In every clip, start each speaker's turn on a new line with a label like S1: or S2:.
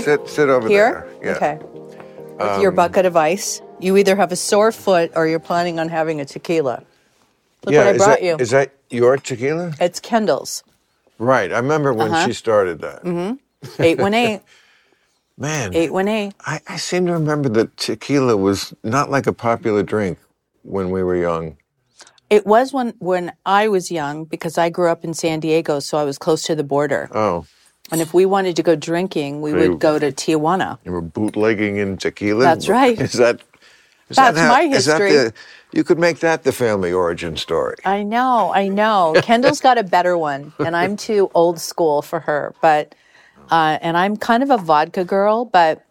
S1: Sit, sit over
S2: Here?
S1: there. Yeah.
S2: Okay. With your
S1: Um,
S2: bucket of ice. You either have a sore foot or you're planning on having a tequila. Look
S1: yeah,
S2: what I
S1: is
S2: brought
S1: that,
S2: you.
S1: Is that your tequila?
S2: It's Kendall's. Uh-huh.
S1: Right. I remember when she started that.
S2: Mm-hmm. 818.
S1: Man,
S2: 818.
S1: I, I seem to remember that tequila was not like a popular drink when we were young.
S2: It was when, when I was young because I grew up in San Diego, so I was close to the border.
S1: Oh,
S2: And if we wanted to go drinking, we
S1: Very-
S2: would go to Tijuana.
S1: you were bootlegging in tequila.
S2: That's right.
S1: Is that? Is
S2: That's
S1: that how,
S2: my
S1: is that
S2: history.
S1: the- you could make that the family origin story.
S2: I know, I know. Kendall's got a better one, and I'm too old school for her. But, uh, and I'm kind of a vodka girl, but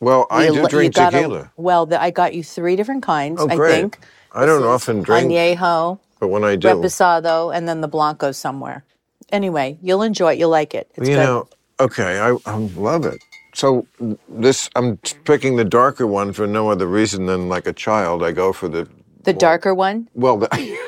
S1: Well, I
S2: you
S1: do
S2: li- you
S1: drink
S2: gotta-
S1: tequila.
S2: well, the, I got you three different kinds,
S1: Oh,
S2: I
S1: great.
S2: think.
S1: I don't often drink,
S2: Añejo,
S1: but when I do,
S2: Reposado, and then the Blanco somewhere. Anyway, you'll enjoy it. You'll like it. It's
S1: you
S2: good.
S1: know, okay, I, I love it. So this, I'm t- picking the darker one for no other reason than like a child. I go for the
S2: the darker one?
S1: well. The,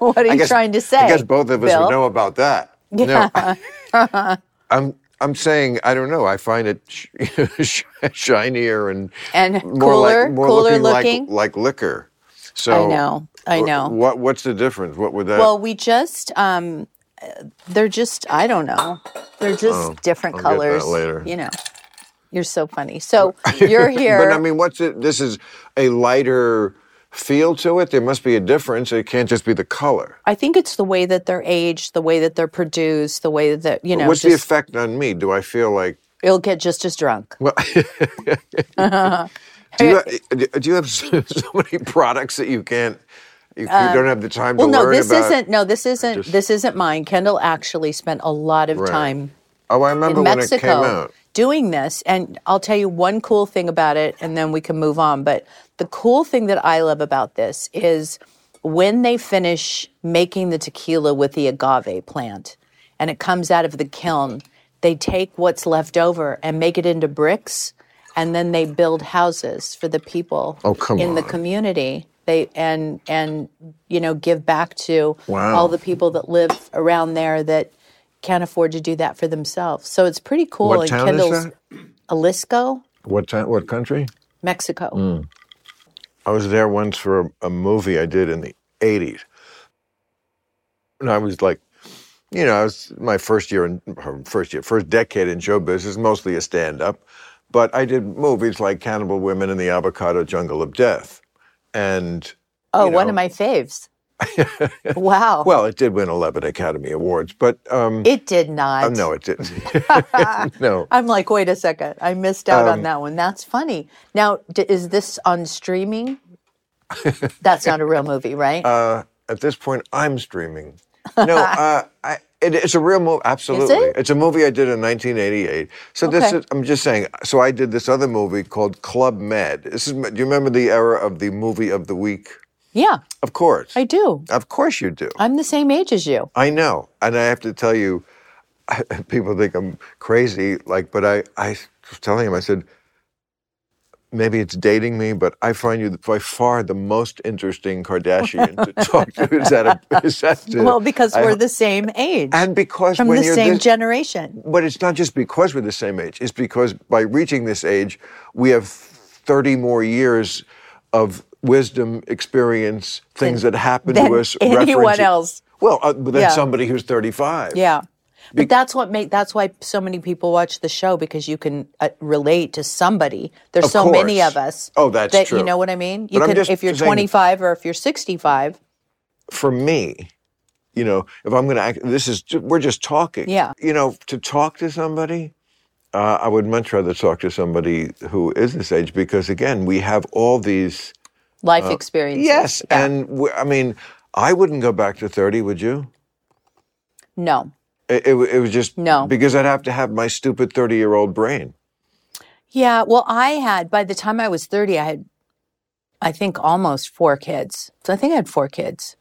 S2: What are you
S1: guess-
S2: trying to say?
S1: I guess both of us
S2: Bill?
S1: would know about that. Yeah. No. I'm I'm saying I don't know. I find it sh- sh- shinier and
S2: And
S1: more
S2: cooler,
S1: like more
S2: cooler
S1: looking, like-
S2: looking?
S1: Like, liquor. So
S2: I know, I
S1: wh-
S2: know.
S1: What what's the difference? What would that?
S2: Well, we just um, uh, they're just I don't know. They're just different
S1: Oh, I'll get that
S2: colors.
S1: later.
S2: You know, you're so funny. So you're here.
S1: but I mean, what's it? This is a lighter feel to it. There must be a difference. It can't just be the color.
S2: I think it's the way that they're aged, the way that they're produced, the way that you know.
S1: what's the
S2: just,
S1: effect on me? Do I feel like?
S2: It'll get just as drunk.
S1: Well, do you have, do you have so, so many products that you can't? You, you don't have the time
S2: Um, Well,
S1: to
S2: no,
S1: learn
S2: this
S1: about.
S2: isn't. No, this isn't. this isn't mine. Kendall actually spent a lot of
S1: Right.
S2: time
S1: Oh, I remember
S2: in
S1: when
S2: Mexico
S1: it came out.
S2: doing this. And I'll tell you one cool thing about it, and then we can move on. But the cool thing that I love about this is when they finish making the tequila with the agave plant and it comes out of the kiln, they take what's left over and make it into bricks. And then they build houses for the people
S1: Oh, come
S2: in the
S1: on.
S2: community. They and and you know give back to
S1: Wow.
S2: all the people that live around there that can't afford to do that for themselves. So it's pretty cool.
S1: What
S2: and
S1: town is
S2: Kendall's
S1: that?
S2: Jalisco,
S1: What time? What country?
S2: Mexico.
S1: I was there once for a, a movie I did in the '80s, and I was like, you know, I was my first year in or first year, first decade in show business, mostly a stand-up, but I did movies like Cannibal Women and the Avocado Jungle of Death, and
S2: Oh,
S1: you
S2: one
S1: know.
S2: of my faves. wow.
S1: well, it did win 11 Academy Awards, but um,
S2: it did not.
S1: uh, no, it didn't. no,
S2: I'm like, wait a second. I missed out
S1: Um,
S2: on that one. That's funny. Now, d- is this on streaming? That's not a real movie, right?
S1: uh, at this point, I'm streaming. No, uh, I, it, it's a real movie. Absolutely,
S2: it?
S1: it's a movie I did in 1988. So this
S2: Okay.
S1: is. I'm just saying. So I did this other movie called Club Med. This is. Do you remember the era of the movie of the week?
S2: yeah,
S1: Of course.
S2: I do.
S1: of course you do.
S2: I'm the same age as you.
S1: I know, and I have to tell you, people think I'm crazy. Like, but I, I was telling him, I said, maybe it's dating me, but I find you by far the most interesting Kardashian to talk to. Is that a, is that the-
S2: Well, because
S1: I-
S2: we're the same age.
S1: and because
S2: from
S1: when
S2: the
S1: you're
S2: same
S1: this,
S2: generation.
S1: but it's not just because we're the same age. It's because by reaching this age, we have 30 more years of wisdom, experience, things that happen
S2: than
S1: to us.
S2: anyone
S1: references-
S2: else.
S1: Well, uh, than
S2: Yeah.
S1: somebody who's 35.
S2: Yeah. But that's what make that's why so many people watch the show because you can uh, relate to somebody. There's
S1: Of
S2: so many
S1: course.
S2: of us.
S1: Oh, that's
S2: that,
S1: true.
S2: You know what I mean? You
S1: But I'm
S2: can
S1: just
S2: if you're
S1: saying-
S2: 25 or if you're 65.
S1: For me, you know, if I'm going to act, this is, ju- we're just talking.
S2: Yeah.
S1: You know, to talk to somebody, uh, I would much rather talk to somebody who is this age because, again, we have all these.
S2: Life experiences.
S1: Uh, Yes. And we, I mean, I wouldn't go back to 30, would you?
S2: No.
S1: It, it, wa- it was just
S2: No.
S1: because I'd have to have my stupid thirty-year-old brain.
S2: Yeah. Well, I had by the time I was 30, I had, I think, almost four kids. So I think I had four kids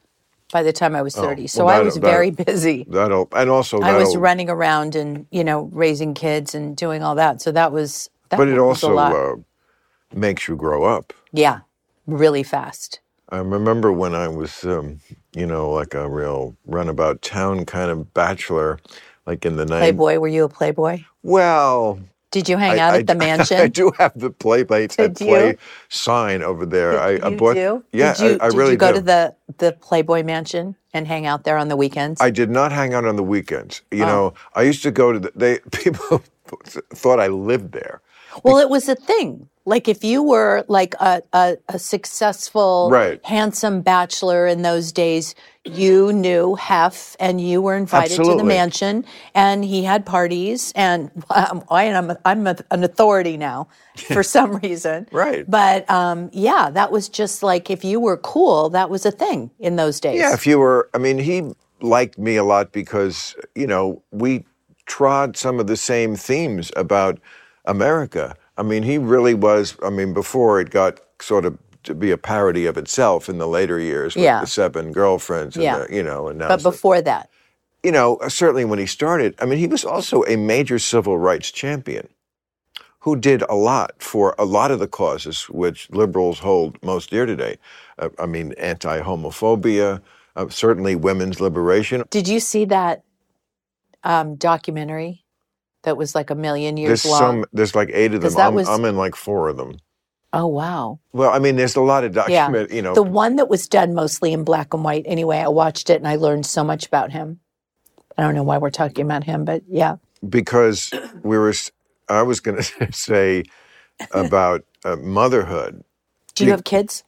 S2: by the time I was 30. so
S1: Oh, well,
S2: I
S1: that-
S2: was
S1: that-
S2: very busy.
S1: That'll and also
S2: I
S1: that'll,
S2: was running around and you know raising kids and doing all that. So that was that
S1: but it
S2: was a
S1: also
S2: lot.
S1: uh, makes you grow up.
S2: yeah, really fast.
S1: I remember when I was, um, you know, like a real runabout town kind of bachelor, like in the night.
S2: Playboy, were you a playboy?
S1: Well,
S2: Did you
S1: I-
S2: hang out
S1: I
S2: at the
S1: do-
S2: mansion?
S1: I do have the play plates and
S2: Did you?
S1: play sign over there. I, I
S2: you
S1: bought.
S2: do?
S1: Yeah,
S2: did you,
S1: I, I
S2: did
S1: really
S2: you go
S1: do.
S2: to the the Playboy Mansion and hang out there on the weekends?
S1: I did not hang out on the weekends. You
S2: Oh.
S1: know, I used to go to the. They people thought I lived there.
S2: well, it was a thing. Like if you were like a, a, a successful,
S1: Right.
S2: handsome bachelor in those days, you knew Hef, and you were invited to the
S1: Absolutely.
S2: mansion, and he had parties, and um, I am I'm a, an authority now for some reason,
S1: Right.
S2: But um, yeah, that was just like if you were cool, that was a thing in those days.
S1: Yeah, if you were, I mean, he liked me a lot because, you know, we trod some of the same themes about America. I mean, he really was, I mean, before it got sort of to be a parody of itself in the later years with
S2: Yeah.
S1: the seven girlfriends, and
S2: Yeah.
S1: the, you know, and now,
S2: but
S1: it's the-
S2: before that,
S1: you know, certainly when he started, I mean, he was also a major civil rights champion who did a lot for a lot of the causes which liberals hold most dear today. Uh, I mean, anti homophobia, uh, certainly women's liberation.
S2: Did you see that um, documentary that was like a million years
S1: There's
S2: long?
S1: some, there's like eight of
S2: 'Cause
S1: them.
S2: that
S1: I'm,
S2: was-
S1: I'm in like four of them.
S2: oh wow!
S1: Well, I mean, there's a lot of
S2: Yeah,
S1: document, you know.
S2: the one that was done mostly in black and white. Anyway, I watched it and I learned so much about him. I don't know why we're talking about him, but yeah,
S1: because we were, s- I was going to say about uh, motherhood,
S2: do you have kids?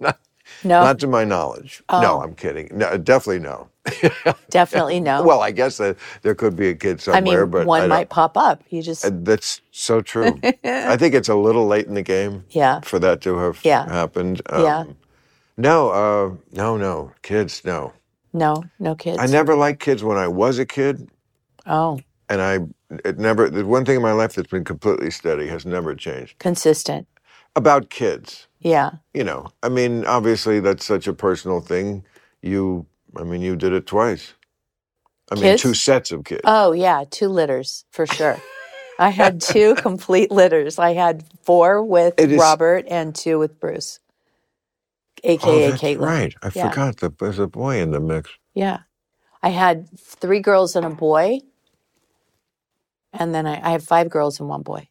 S2: no,
S1: not to my knowledge.
S2: Oh.
S1: No, I'm kidding. No, definitely no.
S2: definitely no.
S1: Well, I guess that there could be a kid
S2: I
S1: somewhere,
S2: mean,
S1: but I
S2: one
S1: don't-
S2: might pop up. You just
S1: uh, that's so true. I think it's a little late in the game
S2: yeah,
S1: for that to have
S2: Yeah.
S1: happened. um,
S2: Yeah.
S1: No, uh, no, no, kids, no.
S2: no, no kids.
S1: I never liked kids when I was a kid,
S2: oh,
S1: and I it never. The one thing in my life that's been completely steady has never changed
S2: consistent.
S1: about kids.
S2: Yeah,
S1: You know, I mean, obviously that's such a personal thing. You, I mean, you did it twice. I mean,
S2: Kids?
S1: two sets of kids.
S2: Oh yeah, two litters for sure. I had two complete litters. I had four with
S1: It is-
S2: Robert and two with Bruce, aka
S1: oh, that's
S2: Caitlin.
S1: right. I
S2: Yeah.
S1: forgot that there's a boy in the mix.
S2: Yeah, I had three girls and a boy, and then I, I have five girls and one boy.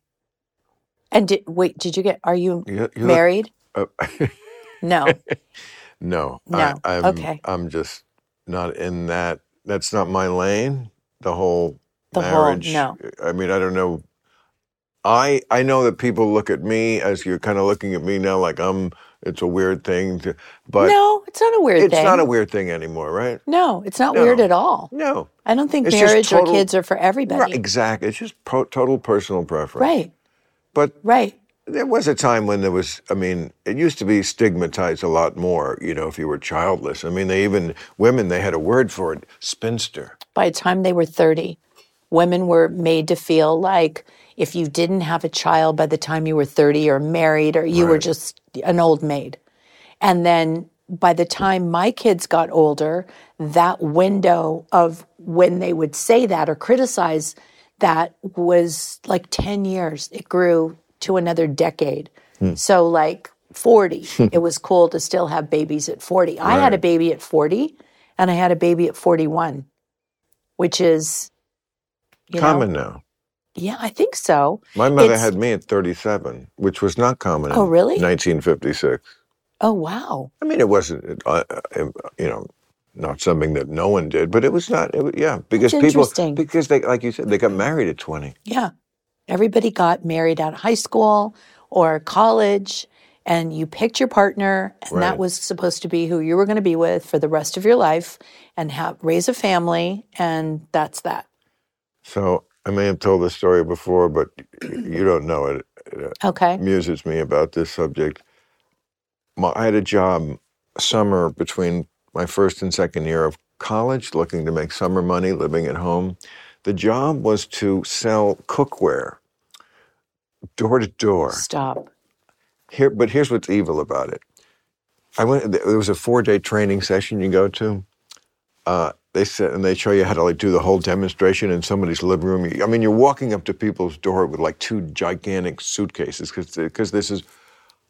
S2: And did, wait, did you get? Are you
S1: You, you look-
S2: married?
S1: uh,
S2: No.
S1: no,
S2: No.
S1: I, I'm,
S2: Okay.
S1: I'm just not in that. That's not my lane. The whole
S2: The whole-
S1: marriage.
S2: no.
S1: I mean, I don't know. I I know that people look at me as you're kind of looking at me now, like I'm. It's a weird thing, to, but
S2: no, it's not a weird
S1: it's
S2: thing.
S1: not a weird thing anymore, right?
S2: no, it's not
S1: No.
S2: weird at all.
S1: No,
S2: I don't think
S1: It's just
S2: marriage
S1: total-
S2: or kids are for
S1: right,
S2: everybody.
S1: exactly. It's just pro- total personal preference.
S2: Right.
S1: But
S2: Right.
S1: There was a time when there was, I mean, it used to be stigmatized a lot more, you know, if you were childless. I mean, they even, women, they had a word for it spinster.
S2: by the time they were 30, women were made to feel like if you didn't have a child by the time you were 30 or married or you were just an old maid. And then by the time my kids got older, that window of when they would say that or criticize that was like 10 years. It grew to another decade. So, like 40, it was cool to still have babies at 40. I had a baby at 40 and I had a baby at 41, which is you know-
S1: common now.
S2: yeah, I think so.
S1: My mother
S2: It's-
S1: had me at 37, which was not common in
S2: Oh, really?
S1: 1956.
S2: Oh, wow.
S1: I mean, it wasn't, uh, uh, you know, not something that no one did, but it was not, it, was- yeah, because
S2: That's
S1: people,
S2: interesting.
S1: because they, like you said, they got married at 20.
S2: Yeah. Everybody got married out of high school or college, and you picked your partner, and that
S1: Right.
S2: was supposed to be who you were going to be with for the rest of your life and have, raise a family, and that's that.
S1: So I may have told this story before, but you don't know it.
S2: Okay.
S1: muses me about this subject. My, I had a job summer between my first and second year of college, looking to make summer money, living at home. The job was to sell cookware door to door.
S2: Stop.
S1: Here, but here's what's evil about it. I went. There was a four-day training session you go to. Uh, they said, and they show you how to like do the whole demonstration in somebody's living room. You- I mean, you're walking up to people's door with like two gigantic suitcases because this is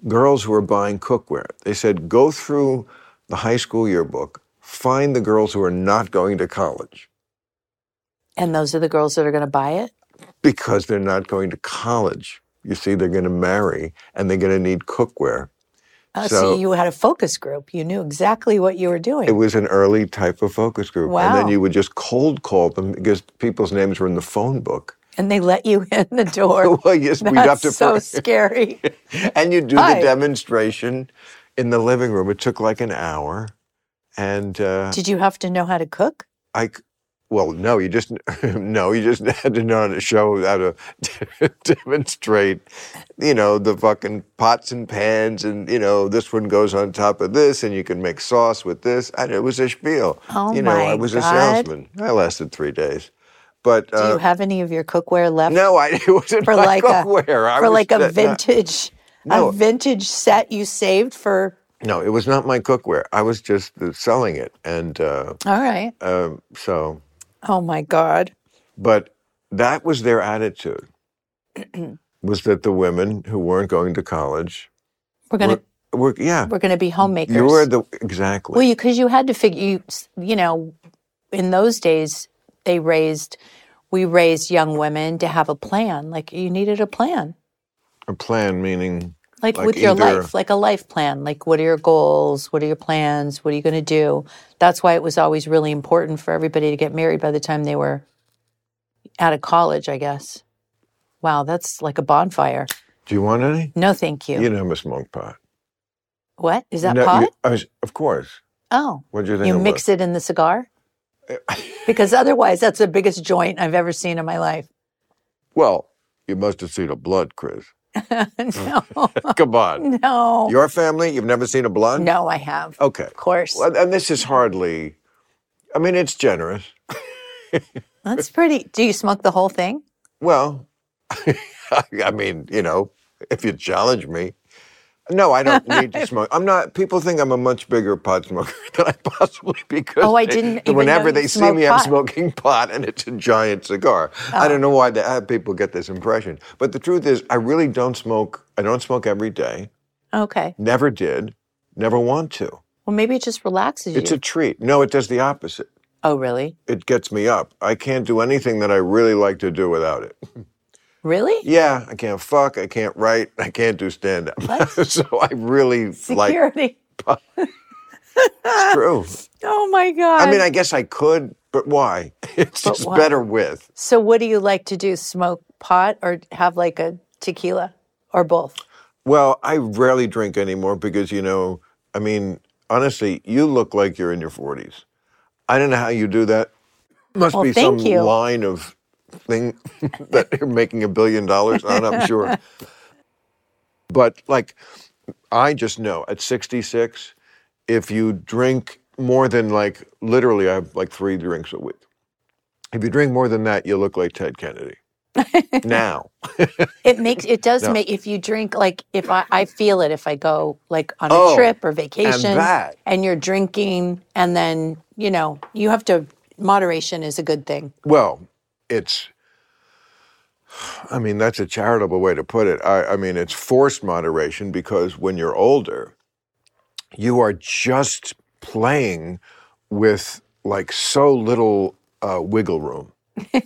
S1: girls who are buying cookware. They said go through the high school yearbook, find the girls who are not going to college.
S2: And those are the girls that are going to buy it?
S1: because they're not going to college. You see, they're going to marry and they're going to need cookware.
S2: Oh, so,
S1: So-
S2: you had a focus group. You knew exactly what you were doing.
S1: It was an early type of focus group. And
S2: Wow.
S1: then you would just cold call them because people's names were in the phone book.
S2: and they let you in the door.
S1: Well, yes, we'd have
S2: That's
S1: to
S2: so scary.
S1: and you do
S2: Hi.
S1: the demonstration in the living room. It took like an hour, and uh,
S2: Did you have to know how to cook?
S1: I, c- well, no, you just no, you just had to know how to show how to demonstrate, you know, the fucking pots and pans, and you know, this one goes on top of this, and you can make sauce with this, and it was a spiel.
S2: Oh,
S1: you know,
S2: my
S1: I was a
S2: God.
S1: salesman. I lasted three days, but.
S2: Do you
S1: Uh,
S2: have any of your cookware left
S1: no, I it wasn't
S2: for
S1: my
S2: like a
S1: cookware. I
S2: for
S1: was
S2: like a
S1: not- not-
S2: vintage
S1: No.
S2: a vintage set you saved for?
S1: No, it was not my cookware. I was just uh, selling it, and uh,
S2: All right.
S1: um, so.
S2: Oh my God.
S1: But that was their attitude. was that the women who weren't going to college?
S2: We're gonna
S1: were, were- yeah,
S2: we're, gonna be homemakers.
S1: you were the exactly.
S2: well, you because you had to figure you you know in those days they raised we raised young women to have a plan. Like you needed a plan.
S1: a plan meaning
S2: like,
S1: Like
S2: with your
S1: either-
S2: life, like a life plan. Like, what are your goals? What are your plans? What are you going to do? That's why it was always really important for everybody to get married by the time they were out of college, I guess. Wow, that's like a bonfire.
S1: do you want any?
S2: No, thank you.
S1: You know, Miss Monk pot.
S2: what is that
S1: No, you-
S2: pot?
S1: I was- of course.
S2: oh,
S1: What do you think?
S2: you
S1: it
S2: mix it in the cigar? because otherwise, that's the biggest joint I've ever seen in my life.
S1: was? Well, you must have seen a blood, Chris. Mm.
S2: no,
S1: Come on,
S2: no,
S1: your family. You've never seen a blood?
S2: no, I have.
S1: Okay.
S2: Of course,
S1: Well, and this is hardly. I mean, it's generous.
S2: that's pretty. Do you smoke the whole thing?
S1: Well, I mean, you know, if you challenge me, no, I don't need to smoke. I'm not. People think I'm a much bigger pot smoker than I possibly because.
S2: Oh, I
S1: they-
S2: didn't even know
S1: whenever
S2: you
S1: they see
S2: smoked
S1: me,
S2: pot. Oh.
S1: I'm smoking pot, and it's a giant cigar. I don't know why the, how people get this impression, but the truth is, I really don't smoke. I don't smoke every day.
S2: Okay.
S1: Never did. Never want to.
S2: Well, maybe it just relaxes
S1: It's
S2: you.
S1: a treat. No, it does the opposite.
S2: oh, really?
S1: It gets me up. I can't do anything that I really like to do without it.
S2: Really?
S1: Yeah, I can't fuck, I can't write, I can't do stand up.
S2: What?
S1: so I really like
S2: Security.
S1: true.
S2: oh my god.
S1: I mean, I guess I could, but why? It's
S2: But
S1: just
S2: why?
S1: better with.
S2: so what do you like to do? Smoke pot or have like a tequila or both?
S1: Well, I rarely drink anymore because you know, I mean, honestly, you look like you're in your 40s. I don't know how you do that. Must
S2: Well,
S1: be some
S2: thank you.
S1: line of thing that you're making a billion dollars on, I'm sure. But like I just know at 66 if you drink more than like literally I have like 3 drinks a week. If you drink more than that, you look like Ted Kennedy. now.
S2: It makes it does
S1: No.
S2: make if you drink like if I, I feel it if I go like on a
S1: Oh,
S2: trip or vacation
S1: that.
S2: and you're drinking and then you know you have to moderation is a good thing.
S1: Well, it's. I mean, that's a charitable way to put it. I, I mean, it's forced moderation because when you're older, you are just playing with like so little uh, wiggle room.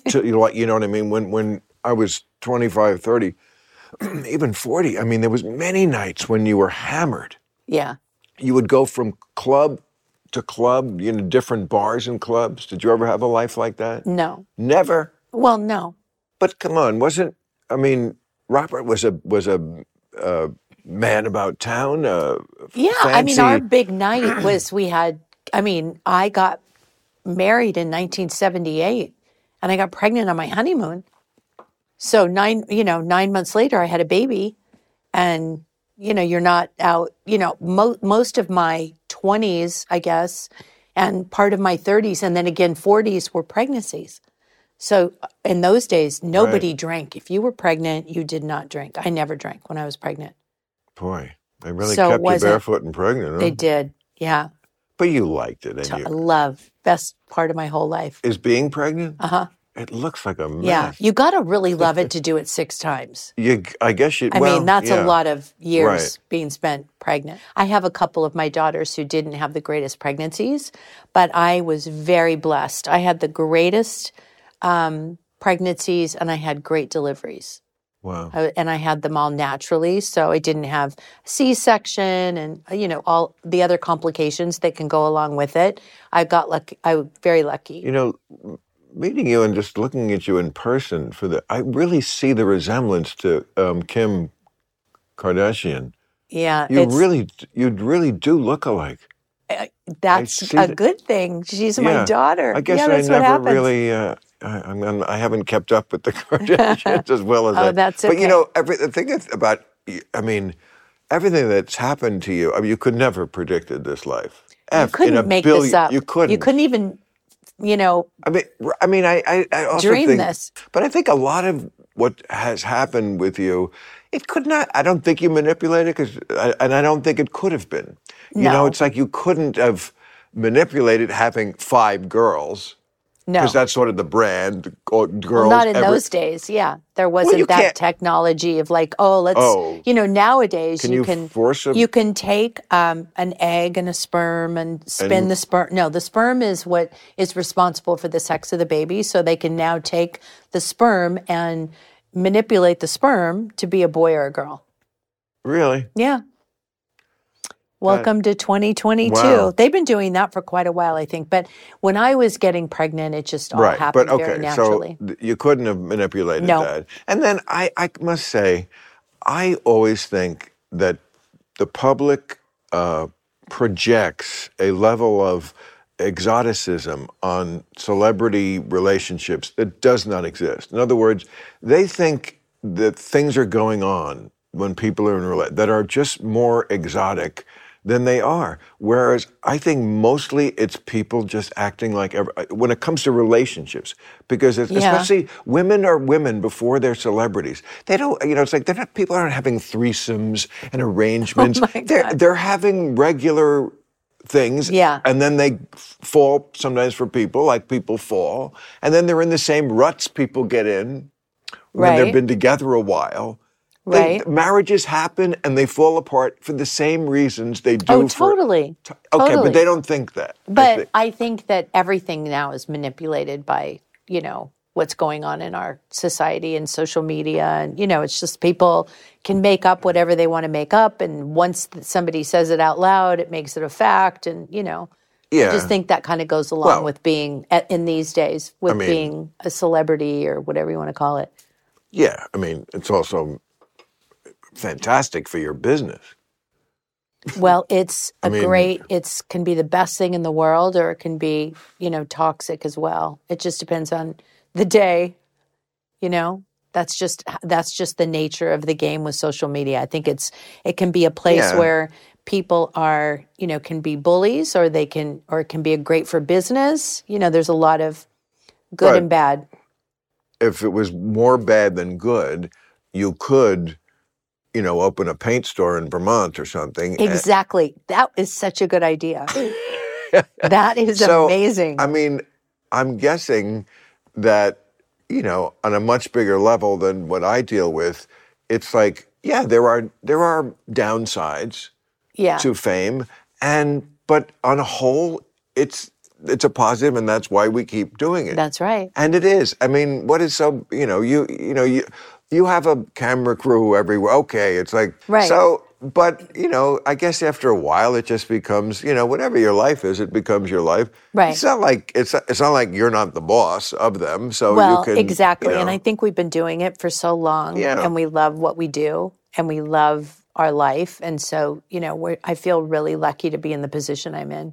S1: to, you, know, like, you know what I mean? When when I was 25, 30, even 40, I mean, there was many nights when you were hammered
S2: Yeah.
S1: you would go from club to club, you know, different bars and clubs. Did you ever have a life like that?
S2: No.
S1: Never.
S2: Well, no.
S1: But come on, wasn't I mean Robert was a was a uh, man about town. Uh,
S2: Yeah, I mean, our
S1: fancy-
S2: big night was we had. I mean, I got married in 1978, and I got pregnant on my honeymoon. So nine, you know, nine months later, I had a baby, and you know, you're not out. You know, mo- most of my 20s, I guess, and part of my 30s, and then again 40s were pregnancies. So uh, in those days, nobody drank. If you were pregnant, you did not drink. I never drank when I was pregnant.
S1: boy, they really
S2: So
S1: kept you
S2: wasn't-
S1: barefoot and pregnant.
S2: They
S1: Huh?
S2: did, yeah.
S1: But you liked it, and
S2: t- uh,
S1: you
S2: love best part of my whole life.
S1: is being pregnant.
S2: Uh-huh.
S1: It looks like a
S2: Yeah,
S1: mess.
S2: you got to really love it to do it six times.
S1: You, I guess you.
S2: I
S1: well,
S2: mean, that's
S1: yeah.
S2: a lot of years
S1: Right.
S2: being spent pregnant. I have a couple of my daughters who didn't have the greatest pregnancies, but I was very blessed. I had the greatest um, pregnancies and I had great deliveries.
S1: Wow.
S2: I, and I had them all naturally, so I didn't have C-section and uh, you know all the other complications that can go along with it. I got lucky. I was very
S1: You
S2: lucky.
S1: know, meeting you and just looking at you in person for the, I really see the resemblance to um, Kim Kardashian.
S2: Yeah,
S1: You
S2: it's
S1: really, you really do look alike.
S2: that's
S1: see
S2: a
S1: that-
S2: good thing. She's
S1: Yeah.
S2: my daughter.
S1: I guess
S2: yeah,
S1: I
S2: that's what
S1: never
S2: happens.
S1: really. Uh, I, I'm, I'm- I haven't kept up with the Kardashians as well as
S2: Oh,
S1: I.
S2: that's
S1: But you
S2: okay.
S1: know, every, the thing that's about, I mean, everything that's happened to you. I mean, you could never have predicted this life.
S2: you
S1: F, in a
S2: couldn't make this
S1: billion-
S2: up.
S1: You couldn't.
S2: You couldn't even, you know,
S1: I mean, r- I mean, I, I, I also
S2: dream
S1: think,
S2: this.
S1: but I think a lot of what has happened with you, it could not. I don't think you manipulated, 'cause- I- and I don't think it could have been. You know,
S2: No.
S1: it's like you couldn't have manipulated having five girls
S2: No,
S1: because that's sort of the brand. or
S2: well,
S1: Girls,
S2: not in
S1: every-
S2: those days. Yeah, there wasn't
S1: you
S2: that
S1: can't-
S2: technology of like, oh, let's,
S1: Oh.
S2: you know, nowadays
S1: Can
S2: you
S1: you
S2: can
S1: force a-
S2: you can take um, an egg and a sperm and spin the sperm. No, the sperm is what is responsible for the sex of the baby, so they can now take the sperm and manipulate the sperm to be a boy or a girl.
S1: Really?
S2: Yeah. Welcome to 2022.
S1: Wow.
S2: They've been doing that for quite a while, I think. But when I was getting pregnant, it just all
S1: right.
S2: happened
S1: But okay,
S2: very
S1: so
S2: naturally.
S1: th- you couldn't have manipulated
S2: No.
S1: that. And then I, I must say, I always think that the public uh, projects a level of exoticism on celebrity relationships that does not exist. In other words, they think that things are going on when people are in roulette that are just more exotic than they are. Whereas I think mostly it's people just acting like ever, when it comes to relationships, because it's,
S2: Yeah.
S1: especially women are women before they're celebrities. They don't, you know, it's like they're not, people aren't having threesomes and arrangements.
S2: Oh my
S1: they're,
S2: God.
S1: they're having regular things.
S2: Yeah.
S1: And then they f- fall sometimes for people, like people fall. And then they're in the same ruts people get in when
S2: Right.
S1: they've been together a while. They-
S2: Right.
S1: marriages happen and they fall apart for the same reasons they do.
S2: oh,
S1: for-
S2: totally.
S1: Okay,
S2: totally.
S1: but they don't think that. I
S2: But
S1: think.
S2: I think that everything now is manipulated by, you know, what's going on in our society and social media. And, you know, it's just people can make up whatever they want to make up. And once th- somebody says it out loud, it makes it a fact. And, you know, I
S1: yeah.
S2: just think that kind of goes along
S1: Well-
S2: with being at, in these days with
S1: mean-
S2: being a celebrity or whatever you want to call it.
S1: yeah. I mean, it's also fantastic for your business.
S2: Well, it's a
S1: mean-
S2: great. It's can be the best thing in the world, or it can be you know toxic as well. It just depends on the day. You know, that's just that's just the nature of the game with social media. I think it's it can be a place
S1: Yeah.
S2: where people are you know can be bullies, or they can or it can be a great for business. You know, there's a lot of good
S1: Right.
S2: and bad.
S1: if it was more bad than good, you could, you know, open a paint store in Vermont or something. And
S2: Exactly. That is such a good idea. that is
S1: So,
S2: amazing.
S1: I mean, I'm guessing that, you know, on a much bigger level than what I deal with, it's like, yeah, there are there are downsides
S2: yeah.
S1: to fame, and but on a whole, it's it's a positive, and that's why we keep doing it.
S2: That's right.
S1: And it is. I mean, what is so you know you you know you you have a camera crew everywhere. Okay, it's like
S2: Right.
S1: So, but you know, I guess after a while, it just becomes you know whatever your life is, it becomes your life.
S2: Right.
S1: It's not like it's it's not like you're not the boss of them. So
S2: Well,
S1: you can
S2: exactly.
S1: you know,
S2: And I think we've been doing it for so long
S1: Yeah.
S2: and we love what we do and we love our life. And so, you know, we're, I feel really lucky to be in the position I'm in.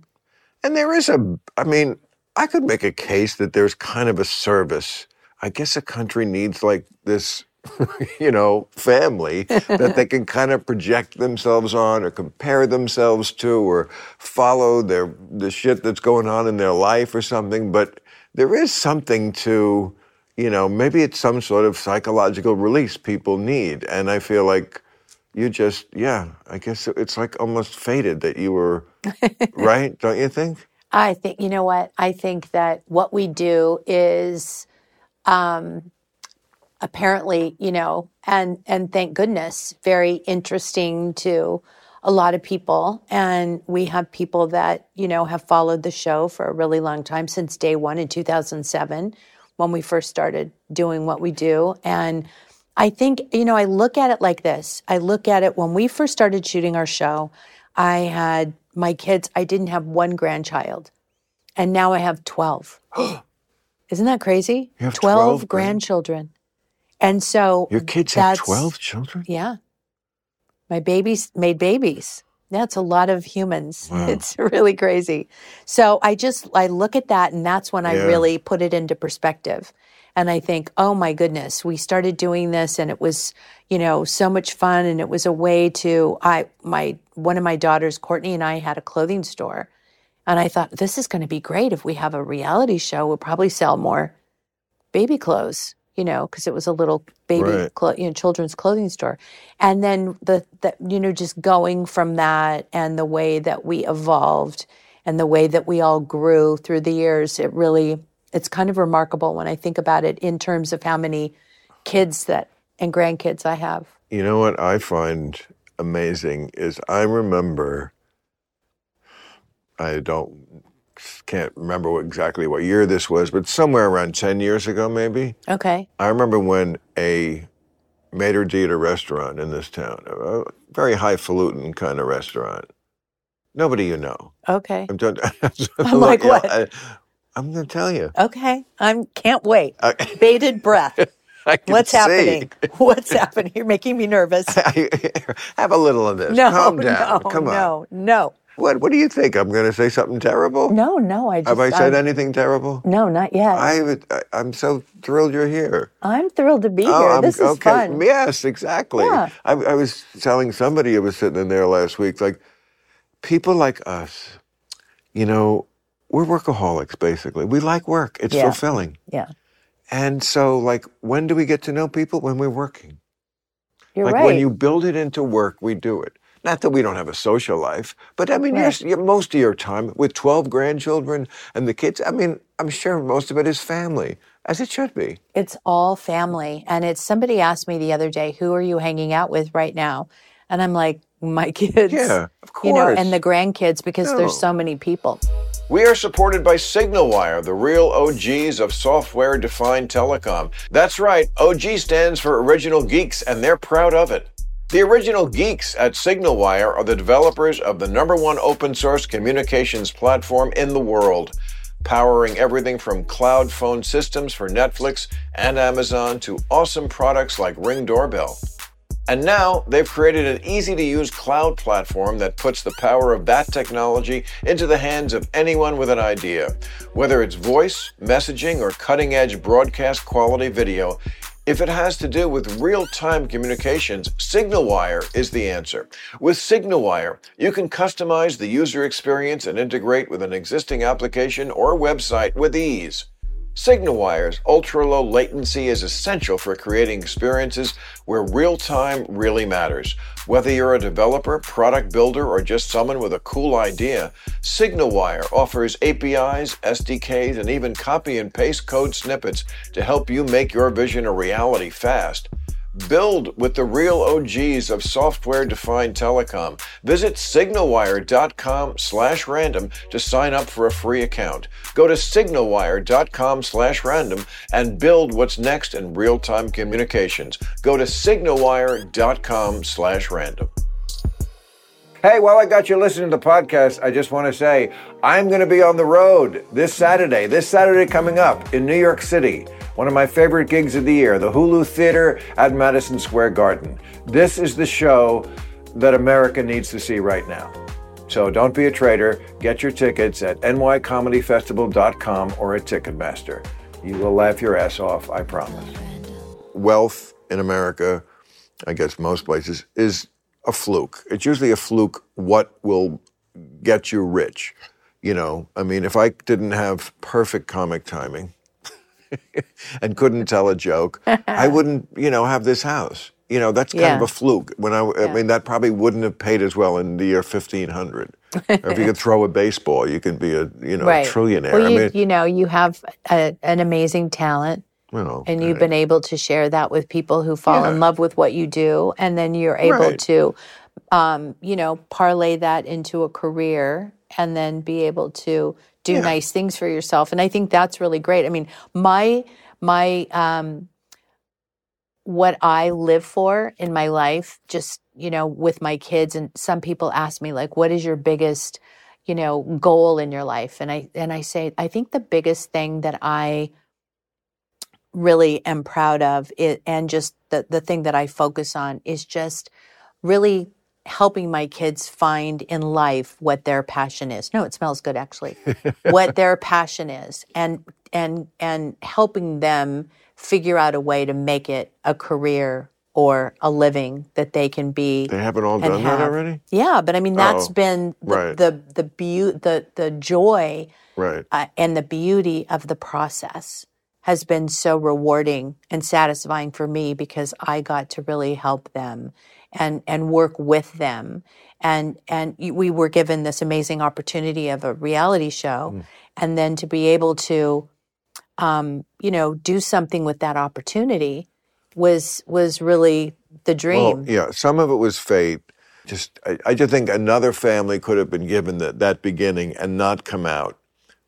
S1: And there is a, I mean, I could make a case that there's kind of a service. I guess a country needs like this, you know, family that they can kind of project themselves on or compare themselves to or follow their the shit that's going on in their life or something. But there is something to, you know, maybe it's some sort of psychological release people need. And I feel like you just, yeah, I guess it's like almost fated that you were, right? Don't you think?
S2: I think, you know what? I think that what we do is um, apparently, you know, and, and thank goodness, very interesting to a lot of people. And we have people that, you know, have followed the show for a really long time since day one in 2007. when we first started doing what we do. And I think, you know, I look at it like this I look at it when we first started shooting our show, I had my kids, I didn't have one grandchild, and now I have 12. Isn't that crazy?
S1: You have 12 grand-
S2: grandchildren. And so
S1: Your kids have
S2: that's-
S1: 12 children?
S2: yeah. My babies made babies. That's a lot of humans.
S1: Wow.
S2: It's really crazy. So I just I look at that and that's when I
S1: Yeah.
S2: really put it into perspective. And I think, "Oh my goodness, we started doing this and it was, you know, so much fun and it was a way to I my one of my daughters Courtney and I had a clothing store. And I thought this is going to be great if we have a reality show, we'll probably sell more baby clothes, you know, because it was a little baby,
S1: Right.
S2: clo- you know, children's clothing store. And then the, the, you know, just going from that and the way that we evolved and the way that we all grew through the years, it really, it's kind of remarkable when I think about it in terms of how many kids that and grandkids I have.
S1: You know what I find amazing is I remember, I don't, can't remember what- exactly what year this was, but somewhere around 10 years ago, maybe.
S2: Okay.
S1: I remember when a maitre d' at a restaurant in this town, a a very highfalutin kind of restaurant, nobody you know.
S2: Okay.
S1: I'm, done, I'm,
S2: I'm like,
S1: you know,
S2: what?
S1: I, am going to tell you.
S2: Okay. I'm can't wait.
S1: I,
S2: Bated breath.
S1: I can
S2: What's
S1: see.
S2: happening? What's happening? You're making me nervous.
S1: have a little of this.
S2: No,
S1: Calm down.
S2: no,
S1: Come on.
S2: no, no.
S1: What What do you think? I'm going to say something terrible?
S2: No, no, I just.
S1: Have I said
S2: I'm-
S1: anything terrible?
S2: No, not yet. I,
S1: I, would- I I'm so thrilled you're here.
S2: am thrilled to be here.
S1: Oh, I'm-
S2: this is
S1: okay.
S2: fun.
S1: Yes, exactly.
S2: Yeah.
S1: I, I was telling somebody I was sitting in there last week, like people like us, you know, we're workaholics basically. We like work. It's
S2: Yeah.
S1: fulfilling.
S2: Yeah,
S1: And so, like, when do we get to know people? When we're working.
S2: you're
S1: like
S2: right.
S1: when you build it into work, we do it. Not that we don't have a social life, but I mean, yes, you most of your time with 12 grandchildren and the kids, I mean, I'm sure most of it is family, as it should be.
S2: it's all family, and it's somebody asked me the other day, "Who are you hanging out with right now?" And I'm like, "My kids."
S1: Yeah, of course.
S2: You know, and the grandkids because
S1: No.
S2: there's so many people.
S1: We are supported by SignalWire, the real OGs of software defined telecom. That's right, OG stands for Original Geeks, and they're proud of it. The original geeks at SignalWire are the developers of the number one open source communications platform in the world, powering everything from cloud phone systems for Netflix and Amazon to awesome products like Ring Doorbell. And now they've created an easy to use cloud platform that puts the power of that technology into the hands of anyone with an idea. Whether it's voice, messaging, or cutting edge broadcast quality video, if it has to do with real time communications, SignalWire is the answer. With SignalWire, you can customize the user experience and integrate with an existing application or website with ease. SignalWire's ultra low latency is essential for creating experiences where real time really matters. Whether you're a developer, product builder, or just someone with a cool idea, SignalWire offers APIs, SDKs, and even copy and paste code snippets to help you make your vision a reality fast. Build with the real OGs of software-defined telecom. Visit signalwire.com slash random to sign up for a free account. Go to signalwire.com slash random and build what's next in real-time communications. Go to signalwire.com slash random. Hey, while I got you listening to the podcast, I just want to say I'm going to be on the road this Saturday, this Saturday coming up in New York City. One of my favorite gigs of the year, the Hulu Theater at Madison Square Garden. This is the show that America needs to see right now. So don't be a traitor. Get your tickets at nycomedyfestival.com or at Ticketmaster. You will laugh your ass off, I promise. Wealth in America I guess most places, is a fluke. It's usually a fluke what will get you rich. You know, I mean, if I didn't have perfect comic timing and couldn't tell a joke, I wouldn't, you know, have this house. You know, that's kind of
S2: Yeah.
S1: a fluke. When I, I mean, that probably wouldn't have paid as well in the year 1500. Or if you could throw a baseball, you could be a, you know,
S2: right.
S1: a Oh, trillionaire.
S2: Well,
S1: I
S2: you,
S1: mean,
S2: you know, you have a, an amazing talent.
S1: you know,
S2: and you've been able to share that with people who fall in love with what you do and then you're able
S1: Right.
S2: to um, you know parlay that into a career and then be able to do nice things for yourself and i think that's really great i mean my my um, what I live for in my life, just, you know, with my kids. And some people ask me, like, what is your biggest, you know, goal in your life? And I, and I say, I think the biggest thing that I really am proud of it, and just the, the thing that I focus on is just really helping my kids find in life what their passion is. No, it smells good actually. what their passion is and and and helping them figure out a way to make it a career or a living that they can be
S1: They haven't all
S2: and
S1: done that
S2: have.
S1: already?
S2: Yeah, but I mean that's
S1: Oh,
S2: been the
S1: right.
S2: the the, beau- the the joy
S1: Right.
S2: uh, and the beauty of the process has been so rewarding and satisfying for me because I got to really help them and and work with them and and y- we were given this amazing opportunity of a reality show
S1: Hmm.
S2: and then to be able to um, you know do something with that opportunity was was really the dream
S1: Well, yeah, some of it was fate. Just, I, I just think another family could have been given that that beginning and not come out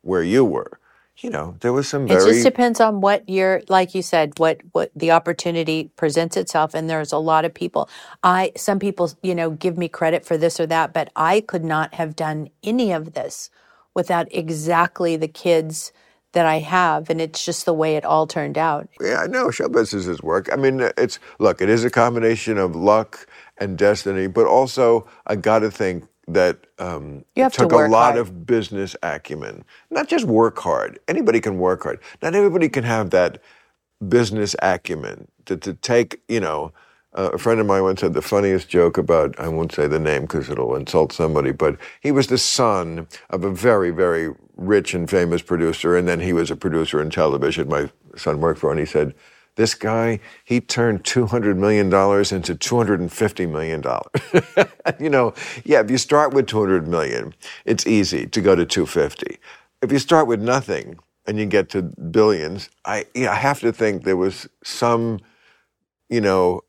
S1: where you were. You know, there was some
S2: It
S1: very
S2: just depends on what you're, like you said, what what the opportunity presents itself, and there's a lot of people. I some people, you know, give me credit for this or that, but I could not have done any of this without exactly the kids that I have, and it's just the way it all turned out.
S1: Yeah, I know show business is work. I mean, uh, it's look, it is a combination of luck and destiny, but also I got to think that um,
S2: You have
S1: it
S2: to
S1: took a
S2: work
S1: lot
S2: hard.
S1: of business acumen. Not just work hard. Anybody can work hard. Not everybody can have that business acumen to, to take, you know, uh, a friend of mine once had the funniest joke about, I won't say the name because it'll insult somebody, but he was the son of a very, very rich and famous producer, and then he was a producer in television my son worked for, and he said, this guy, he turned $200 million into $250 million. you know, yeah, if you start with 200 million, it's easy to go to 250. If you start with nothing and you get to billions, I, yeah, I have to think there was some, you know,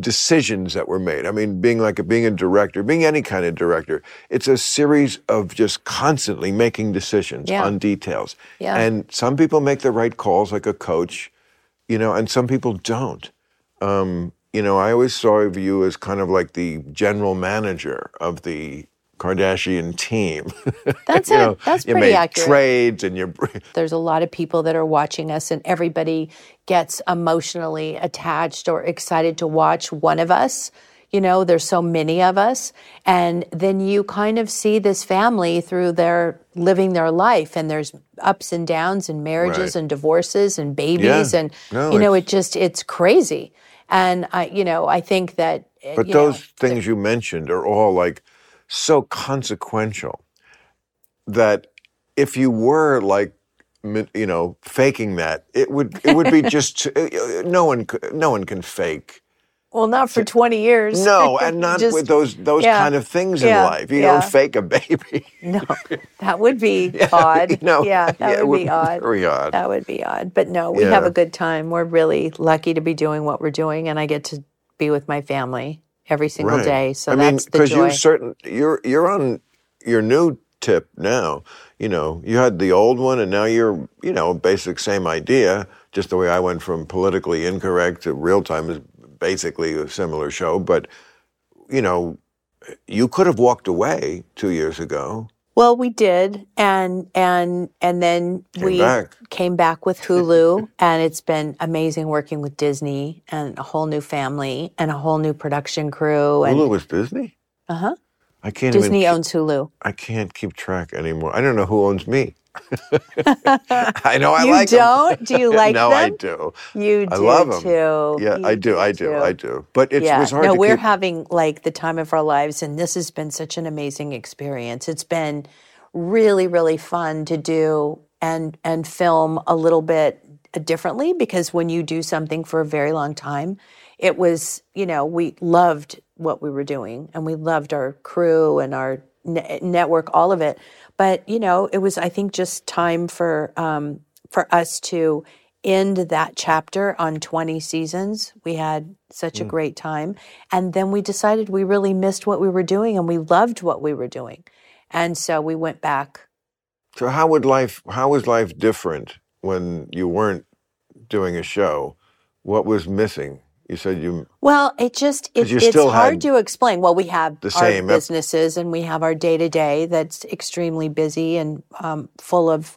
S1: decisions that were made. I mean, being like a, being a director, being any kind of director, it's a series of just constantly making decisions
S2: Yeah.
S1: on details.
S2: Yeah.
S1: And some people make the right calls, like a coach, you know, and some people don't. Um, you know, I always saw of you as kind of like the general manager of the Kardashian team.
S2: That's
S1: you
S2: it.
S1: know,
S2: That's
S1: you
S2: pretty
S1: make
S2: accurate.
S1: trades and you
S2: there's a lot of people that are watching us and everybody gets emotionally attached or excited to watch one of us you know there's so many of us and then you kind of see this family through their living their life and there's ups and downs and marriages
S1: Right.
S2: and divorces and babies
S1: Yeah.
S2: and
S1: No,
S2: you know
S1: it's-
S2: it just it's crazy and i you know i think that eh,
S1: But
S2: you know
S1: those things you mentioned are all like so consequential that if you were like mi- you know faking that, it would it would be just uh, no one c- no one can fake.
S2: well not for 20 years
S1: No, and not
S2: Just-
S1: with those those
S2: yeah.
S1: kind of things
S2: Yeah.
S1: in life. You
S2: Yeah.
S1: don't fake a baby.
S2: No, that would be odd.
S1: no,
S2: Yeah, that
S1: yeah, it
S2: would,
S1: would
S2: be
S1: be
S2: odd.
S1: very odd.
S2: That would be odd. But no, we have
S1: Yeah.
S2: a good time. We're really lucky to be doing what we're doing, and I get to be with my family every single
S1: Right.
S2: day. So
S1: I mean,
S2: that's the
S1: because
S2: joy.
S1: you certain you're you're on your new tip now. You know, you had the old one, and now you're you know basic same idea. Just the way I went from politically incorrect to real time is basically a similar show. But you know, you could have walked away two years ago.
S2: Well, we did, and and and then
S1: Came
S2: we
S1: back.
S2: came back with Hulu, and it's been amazing working with Disney and a whole new family and a whole new production crew.
S1: Hulu
S2: And
S1: was Disney.
S2: uh huh,
S1: I can't even.
S2: Disney
S1: keep-
S2: owns Hulu.
S1: I can't keep track anymore. I don't know who owns me. I know I
S2: you
S1: like 'em.
S2: don't? Do you like
S1: no, I
S2: them?
S1: do.
S2: You
S1: I
S2: do
S1: love them.
S2: too.
S1: Yeah, I
S2: You
S1: do. I do.
S2: too.
S1: I do. But it's, it
S2: Yeah.
S1: was hard
S2: No,
S1: to
S2: we're
S1: keep.
S2: having like the time of our lives, and this has been such an amazing experience. It's been really, really fun to do and and film a little bit differently because when you do something for a very long time, it was you know we loved what we were doing and we loved our crew and our ne- network, all of it. But you know, it was I think just time for um, for us to end that chapter on 20 seasons. We had such a great time. And then we decided we really missed what we were doing and we loved what we were doing. And so we went back.
S1: So how would life? How was life different when you weren't doing a show, what was missing? You said you
S2: Well, it just it,
S1: 'Cause you
S2: it's
S1: still
S2: hard
S1: had
S2: to explain. Well, we have
S1: the
S2: our
S1: same, uh,
S2: businesses and we have our day to day that's extremely busy and um, full of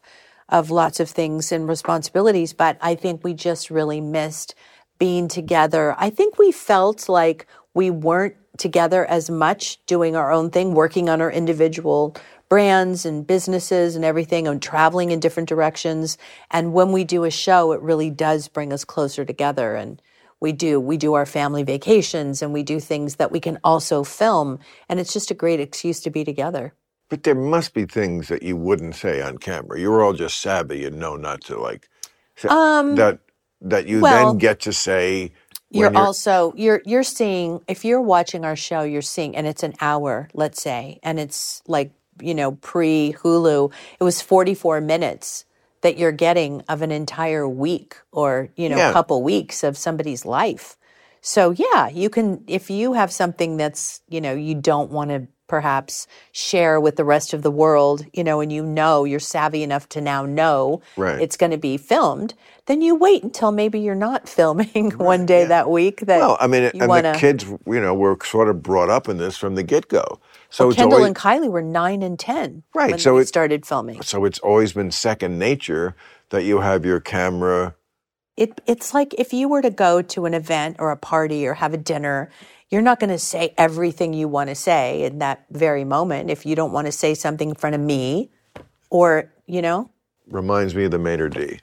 S2: of lots of things and responsibilities. But I think we just really missed being together. I think we felt like we weren't together as much doing our own thing, working on our individual brands and businesses and everything and traveling in different directions. And when we do a show, it really does bring us closer together and we do we do our family vacations and we do things that we can also film and it's just a great excuse to be together
S1: But there must be things that you wouldn't say on camera. You were all just savvy and know not to like say, that that you
S2: Um, well-
S1: then get to say when
S2: you're, also you're you're seeing if you're watching our show you're seeing and it's an hour let's say and it's like you know pre hulu it was 44 minutes that you're getting of an entire week or you know
S1: Yeah.
S2: couple weeks of somebody's life so yeah you can if you have something that's you know you don't want to perhaps share with the rest of the world you know and you know you're savvy enough to now know
S1: Right.
S2: it's going to be filmed then you wait until maybe you're not filming one day that week that
S1: Well, I mean,
S2: you
S1: and
S2: wanna-
S1: the kids, you know, were sort of brought up in this from the get go. So it's
S2: Kendall
S1: always,
S2: and Kylie were nine and ten
S1: Right,
S2: when
S1: so
S2: they
S1: it-
S2: started filming.
S1: so it's always been second nature that you have your camera.
S2: It it's like if you were to go to an event or a party or have a dinner, you're not going to say everything you want to say in that very moment if you don't want to say something in front of me, or you know
S1: Reminds me of the Mater D.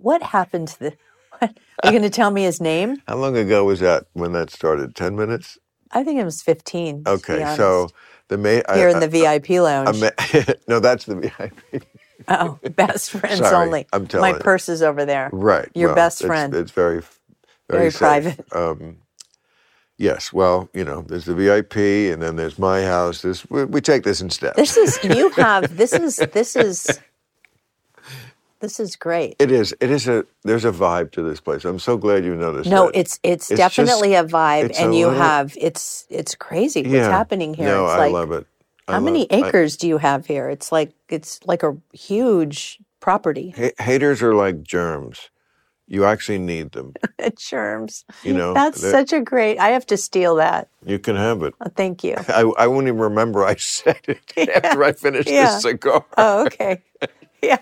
S2: what happened to the. What, are you going to tell me his name?
S1: How long ago was that when that started? Ten minutes?
S2: I think it was fifteen. to be
S1: Okay, so
S2: honest.
S1: the Mater
S2: here in the VIP lounge.
S1: no, that's the VIP.
S2: Oh, best friends
S1: Sorry,
S2: only.
S1: I'm telling
S2: My
S1: you.
S2: purse is over there.
S1: Right.
S2: Your
S1: well,
S2: best
S1: it's-
S2: friend.
S1: It's, very,
S2: Very
S1: very, safe.
S2: private.
S1: Um, yes. Well, you know, there's the VIP, and then there's my house. This we, we take this in steps.
S2: This is you have this is this is this is great.
S1: it is. It is a. There's a vibe to this place. I'm so glad you noticed.
S2: No,
S1: that.
S2: it's it's,
S1: It's just-
S2: definitely a vibe
S1: it's
S2: and
S1: a
S2: you
S1: little-
S2: have it's it's crazy what's
S1: Yeah.
S2: happening here.
S1: No,
S2: it's
S1: I
S2: like
S1: love it. I
S2: how
S1: love
S2: many
S1: it. I-
S2: acres do you have here? It's like it's like a huge property.
S1: ha- haters are like germs. You actually need them.
S2: Germs.
S1: You know,
S2: That's
S1: they're-
S2: such a great I have to steal that.
S1: You can have it.
S2: Oh, thank you.
S1: I, I won't even remember I said it after I finished
S2: yeah.
S1: this cigar.
S2: Oh, okay. Yeah.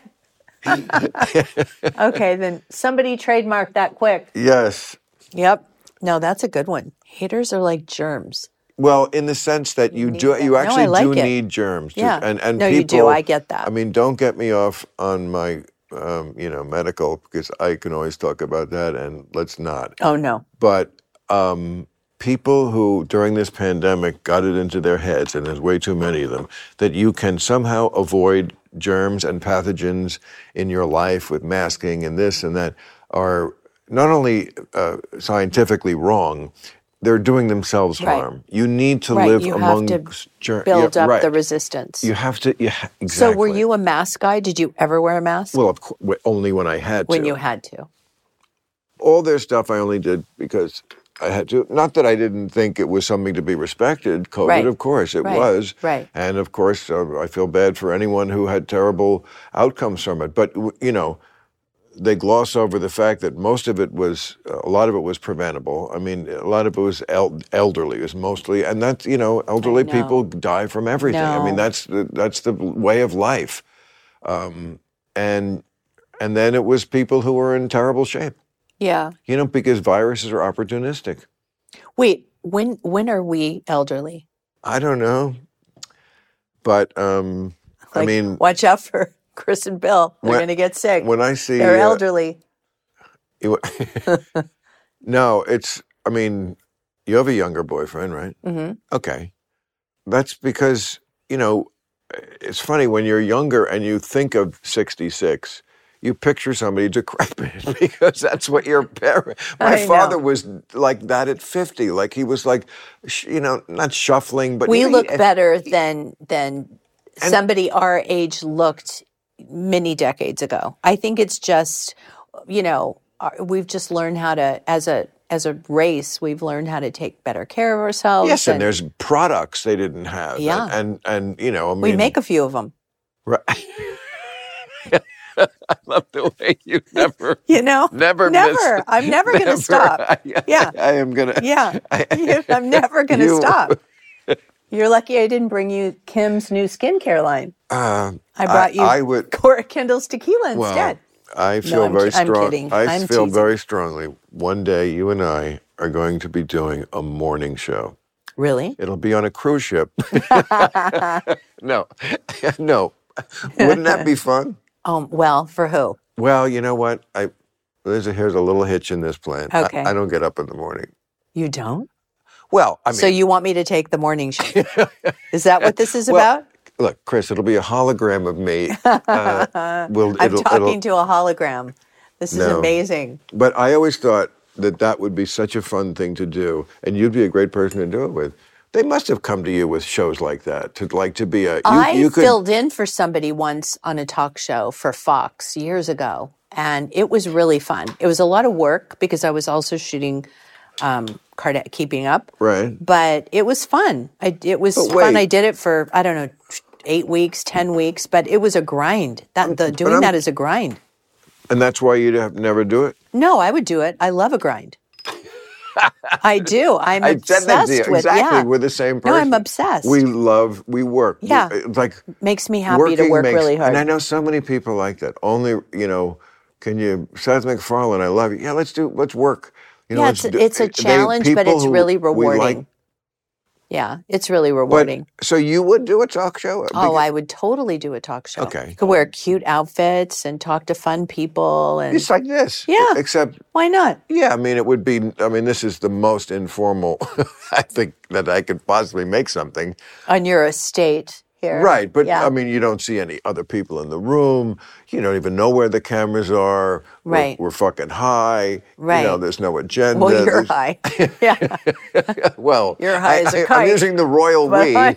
S2: okay, then somebody trademark that quick.
S1: Yes.
S2: Yep. No, that's a good one. Haters are like germs.
S1: Well, in the sense that you, do,
S2: that. No,
S1: you
S2: I
S1: actually
S2: like
S1: do
S2: it.
S1: need germs. to-
S2: Yeah.
S1: and and
S2: No,
S1: people,
S2: you do. I get that.
S1: I mean, don't get me off on my, um, you know, medical because I can always talk about that, and let's not.
S2: Oh no.
S1: But um, people who during this pandemic got it into their heads, and there's way too many of them, that you can somehow avoid germs and pathogens in your life with masking and this and that are not only uh, scientifically wrong. They're doing themselves
S2: Right.
S1: harm. You need to
S2: Right,
S1: live
S2: you have
S1: among
S2: to
S1: ger-
S2: Build
S1: yeah,
S2: up
S1: right.
S2: the resistance.
S1: You have to, yeah, exactly.
S2: So were you a mask guy? Did you ever wear a mask?
S1: Well, of course, only when I had
S2: when
S1: to.
S2: you had to.
S1: All their stuff I only did because I had to. Not that I didn't think it was something to be respected. COVID,
S2: Right.
S1: of course, it
S2: Right.
S1: was.
S2: Right.
S1: And of course, uh, I feel bad for anyone who had terrible outcomes from it. But w- you know, they gloss over the fact that most of it was, a lot of it was preventable. I mean, a lot of it was el- elderly. It was mostly, and that's you know, elderly
S2: know.
S1: people die from everything. I mean,
S2: No.
S1: that's the, that's the way of life. Um, and and then it was people who were in terrible shape.
S2: Yeah.
S1: You know, because viruses are opportunistic.
S2: Wait, when when are we elderly?
S1: I don't know, but um, I
S2: Like,
S1: mean,
S2: watch out for Chris and Bill. They're
S1: When-
S2: gonna get sick.
S1: when I see
S2: They're
S1: uh,
S2: elderly.
S1: it- no, it's. I mean, you have a younger boyfriend, right?
S2: hmm
S1: Okay, that's because you know. It's funny when you're younger and you think of 66, you picture somebody decrepit because that's what your parent. My
S2: I know.
S1: father was like that at 50. Like he was like, sh- you know, not shuffling, but
S2: we
S1: you know, he-
S2: look better than than somebody our age looked many decades ago. I think it's just you know our- we've just learned how to as a as a race we've learned how to take better care of ourselves.
S1: Yes, and there's products they didn't have.
S2: Yeah.
S1: And and, and, you know, I mean,
S2: we make a few of them.
S1: Right.
S3: I love the way you never,
S2: You know,
S3: never,
S2: never.
S3: miss.
S2: I'm never, gonna
S3: never.
S2: stop.
S3: I,
S2: Yeah.
S3: I am gonna.
S2: Yeah, You- I'm never gonna
S3: You-
S2: stop. You're lucky I didn't bring you Kim's new skincare line.
S1: Uh,
S2: I brought you
S1: I would.
S2: Cora Kendall's tequila
S1: Well,
S2: instead.
S1: I feel
S2: I'm
S1: very
S2: ki- I'm
S1: strong.
S2: kidding.
S1: I
S2: I'm
S1: feel
S2: teasing.
S1: very strongly. One day, you and I are going to be doing a morning show.
S2: Really?
S1: It'll be on a cruise ship.
S3: No.
S1: no, wouldn't that be fun?
S2: Um, well, for who?
S1: Well, you know what? I there's a, here's a little hitch in this plan. I-
S2: Okay.
S1: I, don't get up in the morning.
S2: You don't?
S1: Well, I mean,
S2: so you want me to take the morning show? is that what this is
S1: Well,
S2: about?
S1: look, Chris, it'll be a hologram of me. Uh, will
S2: I'm
S1: it'll,
S2: talking
S1: it'll,
S2: to a hologram. This is
S1: No.
S2: amazing.
S1: but I always thought that that would be such a fun thing to do, and you'd be a great person to do it with. They must have come to you with shows like that to like to be a. You,
S2: I
S1: you could,
S2: filled in for somebody once on a talk show for Fox years ago, and it was really fun. It was a lot of work because I was also shooting, um, Card- keeping up.
S1: right.
S2: but it was fun. I, it was
S1: But
S2: fun.
S1: wait.
S2: I did it for I don't know eight weeks, ten weeks, but it was a grind. That the, doing
S1: I'm-
S2: that is a grind.
S1: And that's why you'd have never do it.
S2: No, I would do it. I love a grind. I do. I'm
S1: I said
S2: obsessed
S1: that to you.
S2: with
S1: Exactly.
S2: yeah.
S1: We're the same
S2: No,
S1: person.
S2: I'm obsessed.
S1: We love, we work. We-
S2: Yeah.
S1: it's like
S2: Makes me happy
S1: working
S2: to work
S1: makes-
S2: really hard.
S1: And I know so many people like that. Only, you know, can you, Seth MacFarlane, I love you. Yeah, let's do, let's work. You know,
S2: yeah,
S1: let's
S2: it's,
S1: do-
S2: it's a
S1: they-
S2: challenge, but
S1: people
S2: it's
S1: who
S2: really
S1: we
S2: rewarding.
S1: like-
S2: yeah, it's really
S1: but-
S2: rewarding.
S1: so you would do a talk show?
S2: Oh, I would totally do a talk show.
S1: Okay.
S2: You could wear cute outfits and talk to fun people, and
S1: It's like this. e,
S2: Yeah.
S1: Except,
S2: why not?
S1: yeah, I mean, it would be, I mean, this is the most informal I think that I could possibly make something.
S2: On your estate here,
S1: Right, but
S2: Yeah.
S1: I mean, you don't see any other people in the room. You don't even know where the cameras are. We're-
S2: Right.
S1: We're, fucking high. You know,
S2: Right.
S1: there's no agenda.
S2: Well, you're
S1: There's-
S2: high. Yeah.
S1: Well,
S2: You're high
S1: I,
S2: as a
S1: I, am
S2: kite.
S1: using the royal
S2: But
S1: we.
S2: I-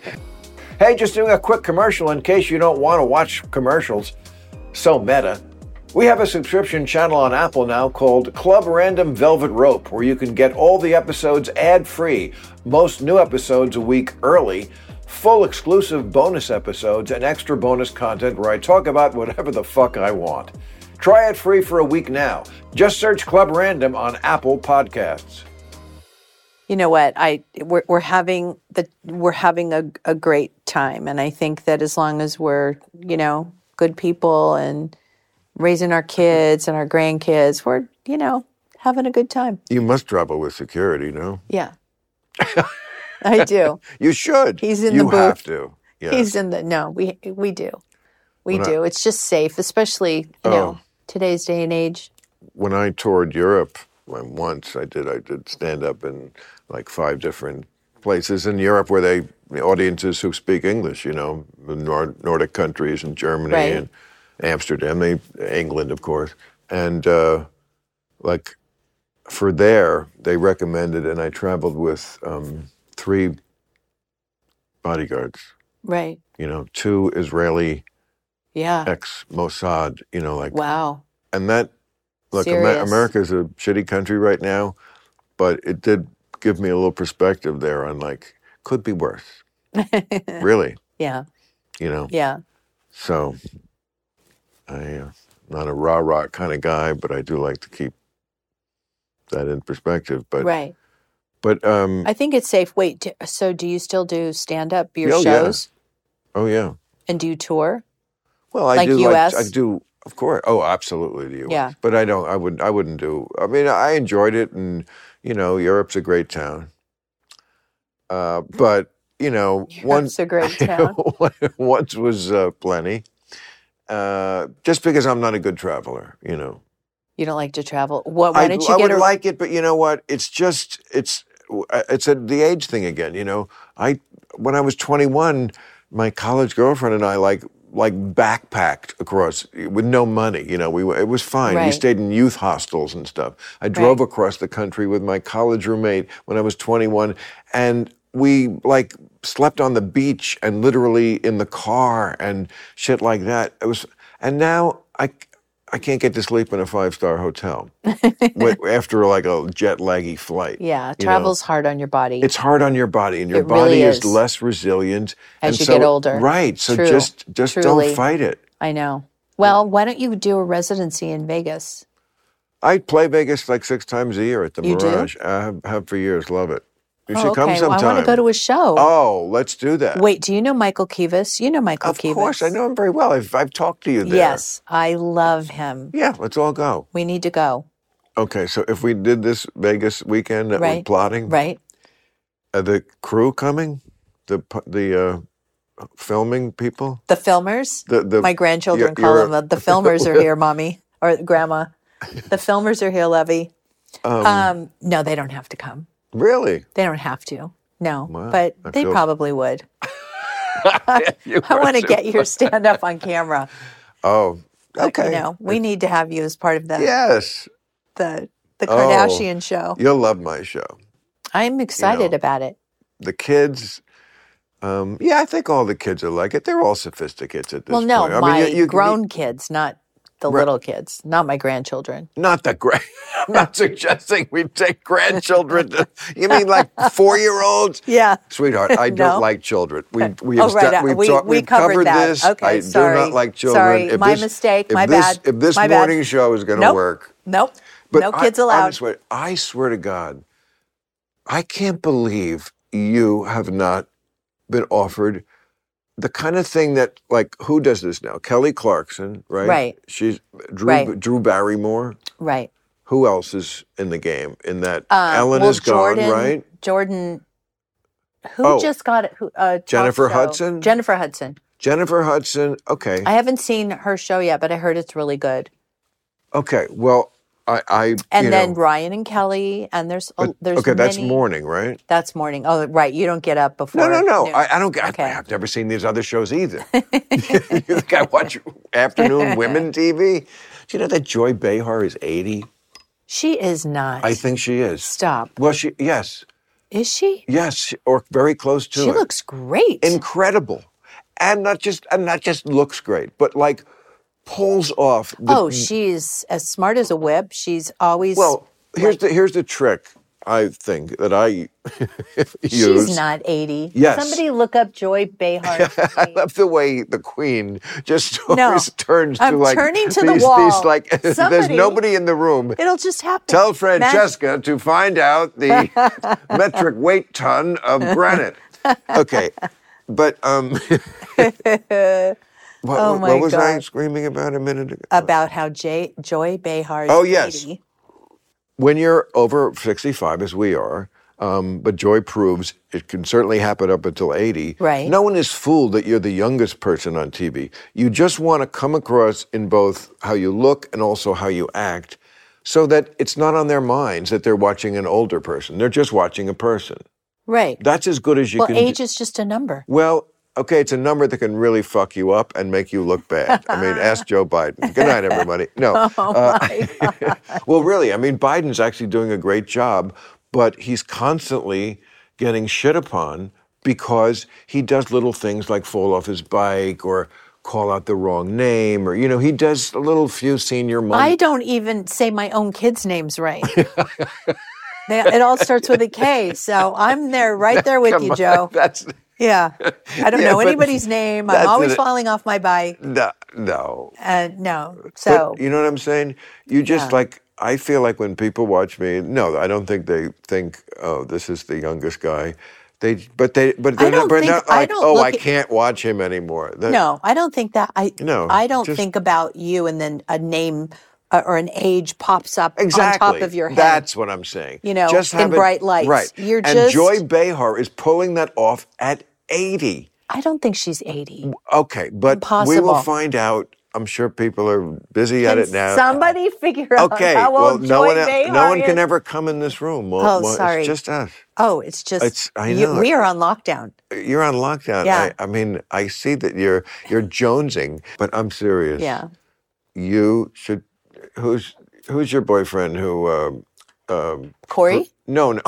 S1: Hey, just doing a quick commercial in case you don't want to watch commercials. So meta. We have a subscription channel on Apple now called Club Random Velvet Rope, where you can get all the episodes ad free, most new episodes a week early, full exclusive bonus episodes, and extra bonus content where I talk about whatever the fuck I want. Try it free for a week now. Just search Club Random on Apple Podcasts.
S2: You know what? I we're, we're having the we're having a, a great time, and I think that as long as we're you know good people and raising our kids and our grandkids, we're you know having a good time.
S1: You must trouble with security, no?
S2: Yeah, I do.
S1: You should.
S2: He's in
S1: you
S2: the booth.
S1: have to. Yeah.
S2: He's in the no. We we do, we
S1: When I-
S2: do. it's just safe, especially you know today's day and age.
S1: when I toured Europe when once I did I did stand up in like five different places in Europe where they the audiences who speak English, you know, the Nor- Nordic countries and Germany
S2: Right.
S1: and Amsterdam, they, England of course, and uh, like for there they recommended, and I traveled with um, three bodyguards,
S2: Right.
S1: you know, two Israeli
S2: Yeah.
S1: ex Mossad, you know, like
S2: Wow.
S1: and that look Amer-
S2: Serious.
S1: america's a shitty country right now but it did give me a little perspective there on like could be worse really
S2: Yeah.
S1: you know
S2: Yeah.
S1: so i uh, not a rah rah kind of guy but i do like to keep that in perspective but
S2: right.
S1: but um
S2: I think it's safe. Wait, d so do you still do stand up your
S1: Oh, yeah.
S2: shows
S1: oh yeah
S2: and do you tour?
S1: well i
S2: Like
S1: do
S2: US?
S1: like i do of course oh absolutely the US.
S2: Yeah.
S1: but i don't i wouldn't i wouldn't do i mean i enjoyed it and you know europe's a great town uh but you know one
S2: That's a great town.
S1: once was uh, plenty. Uh, just because I'm not a good traveler, you know.
S2: You don't like to travel. What? Why
S1: I,
S2: don't
S1: I
S2: you get
S1: would
S2: a?
S1: like it, but you know what? It's just it's uh, it's a, the age thing again. You know, I when I was 21, my college girlfriend and I like like backpacked across with no money. You know, we were- it was fine. We
S2: Right.
S1: stayed in youth hostels and stuff. I drove
S2: Right.
S1: across the country with my college roommate when I was 21, and we like slept on the beach and literally in the car and shit like that. It was, and now I. I can't get to sleep in a five star hotel wi- after like a jet laggy flight.
S2: yeah,
S1: you know?
S2: travel's hard on your body.
S1: It's hard on your body, and your
S2: It
S1: body
S2: really
S1: is.
S2: is.
S1: less resilient
S2: As
S1: and
S2: you
S1: so-
S2: get older.
S1: Right. So
S2: True.
S1: just just
S2: Truly.
S1: don't fight it.
S2: I know. Well, why don't you do a residency in Vegas?
S1: I play Vegas like six times a year at the
S2: You do?
S1: Mirage. I have, have for years. Love it. You
S2: Oh,
S1: should come
S2: okay. Well,
S1: sometime.
S2: I want to go to a show.
S1: oh, let's do that.
S2: Wait, do you know Michael Kivas? You know Michael
S1: of
S2: Kivas.
S1: course, I know him very well. I've, I've talked to you there.
S2: Yes, I love him.
S1: Yeah, let's all go.
S2: We need to go,
S1: Okay, so if we did this Vegas weekend that we're
S2: Right.
S1: plotting,
S2: right?
S1: are the crew coming? The pu- the uh, filming people?
S2: The filmers.
S1: The the
S2: My grandchildren
S1: you're-
S2: call
S1: you're-
S2: them the, the filmers are here, mommy or grandma. The filmers are here, Levy.
S1: um,
S2: Um, no, they don't have to come.
S1: really?
S2: They don't have to. No,
S1: Wow,
S2: but
S1: that
S2: they
S1: feels-
S2: probably would.
S3: You
S2: I
S3: are
S2: want to
S3: so-
S2: get your stand up on camera.
S1: Oh, okay.
S2: You know, we need to have you as part of the
S1: Yes,
S2: the, the
S1: Oh.
S2: Kardashian show.
S1: you'll love my show.
S2: I'm excited about it.
S1: The kids. Um, yeah, I think all the kids are like it. They're all sophisticates at this
S2: Well, no,
S1: point. I
S2: my
S1: mean, you- you-
S2: grown kids, not the
S1: Right.
S2: little kids, not my grandchildren.
S1: Not the grand. I'm not suggesting we take grandchildren. To, you mean like four year olds?
S2: Yeah.
S1: Sweetheart, I don't
S2: No.
S1: like children. We we
S2: Oh,
S1: have
S2: right,
S1: sta-
S2: uh,
S1: we've,
S2: we-
S1: talked-
S2: we
S1: we've
S2: covered that.
S1: this.
S2: Okay,
S1: I do
S2: sorry.
S1: not like children.
S2: Sorry,
S1: If
S2: my
S1: this-
S2: mistake,
S1: If
S2: my
S1: this,
S2: bad,
S1: If this
S2: my bad.
S1: morning show is going to
S2: Nope.
S1: work,
S2: Nope. no
S1: I-
S2: kids
S1: I
S2: allowed.
S1: swear- I swear to God, I can't believe you have not been offered the kind of thing that like who does this now? Kelly Clarkson, right?
S2: Right.
S1: She's Drew
S2: Right.
S1: Drew Barrymore.
S2: right.
S1: Who else is in the game in that?
S2: Uh,
S1: Ellen
S2: well,
S1: is gone,
S2: Jordan-
S1: right?
S2: Jordan, who
S1: Oh.
S2: just got it? Who, uh, talk
S1: Jennifer
S2: show.
S1: Hudson?
S2: Jennifer Hudson.
S1: Jennifer Hudson. Okay.
S2: I haven't seen her show yet, but I heard it's really good.
S1: okay. Well, I. I
S2: And
S1: you
S2: then
S1: know,
S2: Ryan and Kelly, and there's a
S1: but-
S2: there's
S1: okay, that's
S2: many-
S1: morning, right?
S2: That's morning. Oh, right. You don't get up before.
S1: No, no, no.
S2: noon.
S1: I, I don't. get- I,
S2: Okay.
S1: I've never seen these other shows either. you think I watch afternoon women TV? Do you know that Joy Behar is eighty?
S2: she is not.
S1: I think she is.
S2: Stop.
S1: Well, she yes,
S2: Is she?
S1: yes, or very close to
S2: She
S1: it.
S2: looks great.
S1: incredible, and not just and not just looks great, but like pulls off. The,
S2: oh, she's as smart as a whip. She's always
S1: well, here's the here's the trick. I think that I use.
S2: She's not 80.
S1: Yes.
S2: Somebody look up Joy Behar.
S1: I love the way the queen just
S2: No.
S1: always turns
S2: I'm
S1: to like
S2: turning to the
S1: these,
S2: wall.
S1: these like there's
S2: Somebody-
S1: nobody in the room.
S2: It'll just happen.
S1: Tell
S2: Mag-
S1: Francesca to find out the metric weight ton of granite. Okay, but um, what,
S2: Oh
S1: what
S2: my
S1: was I
S2: God.
S1: screaming about a minute ago?
S2: about how Jay, Joy Behar is
S1: Oh, yes.
S2: 80.
S1: when you're over 65, as we are, um, but joy proves it can certainly happen up until 80.
S2: Right.
S1: No one is fooled that you're the youngest person on TV. You just want to come across in both how you look and also how you act so that it's not on their minds that they're watching an older person. They're just watching a person.
S2: Right.
S1: That's as good as you
S2: well,
S1: can
S2: age
S1: do.
S2: is just a number.
S1: Well, okay, it's a number that can really fuck you up and make you look bad. I mean, ask Joe Biden. Good night, everybody. No.
S2: Oh.
S1: uh, well, really, I mean, Biden's actually doing a great job, but he's constantly getting shit upon because he does little things like fall off his bike or call out the wrong name or, you know, he does a little few senior
S2: I
S1: moments.
S2: don't even say my own kids' names right. They- it all starts with a K. So I'm there, right there with you, Joe.
S1: That's
S2: Yeah. I don't
S1: Yeah,
S2: know
S1: but
S2: anybody's name. I'm
S1: that's
S2: always
S1: it.
S2: falling off my bike.
S1: no, no.
S2: Uh, no. So,
S1: But you know what I'm saying? You just like I feel like when people watch me, no, I don't think they think, oh, this is the youngest guy. They, but they, but they're
S2: don't
S1: not, but
S2: think-
S1: not
S2: I
S1: like,
S2: don't
S1: oh,
S2: look
S1: I
S2: at-
S1: can't watch him anymore. That-
S2: no, I don't think that. I
S1: No,
S2: I don't
S1: just-
S2: think about you and then a name uh, or an age pops up
S1: exactly.
S2: on top of your head.
S1: That's what I'm saying.
S2: You know,
S1: just
S2: in
S1: have it-
S2: bright lights.
S1: right?
S2: You're
S1: and
S2: just-
S1: Joy Behar is pulling that off at 80.
S2: I don't think she's 80.
S1: Okay, but we
S2: Impossible.
S1: will find out. I'm sure people are busy at
S2: Can
S1: it now.
S2: Somebody figure out
S1: okay,
S2: how
S1: well,
S2: old
S1: no
S2: Joy
S1: one, e-, no
S2: Behar
S1: one can
S2: is.
S1: ever come in this room. Well,
S2: Oh,
S1: well,
S2: sorry.
S1: It's just us.
S2: Oh, it's just
S1: It's- I
S2: you-
S1: know.
S2: we are on lockdown.
S1: you're on lockdown.
S2: Yeah.
S1: I, I mean, I see that you're you're jonesing, but I'm serious.
S2: Yeah.
S1: You should. Who's who's your boyfriend? Who? Um, um,
S2: Corey?
S1: no, no,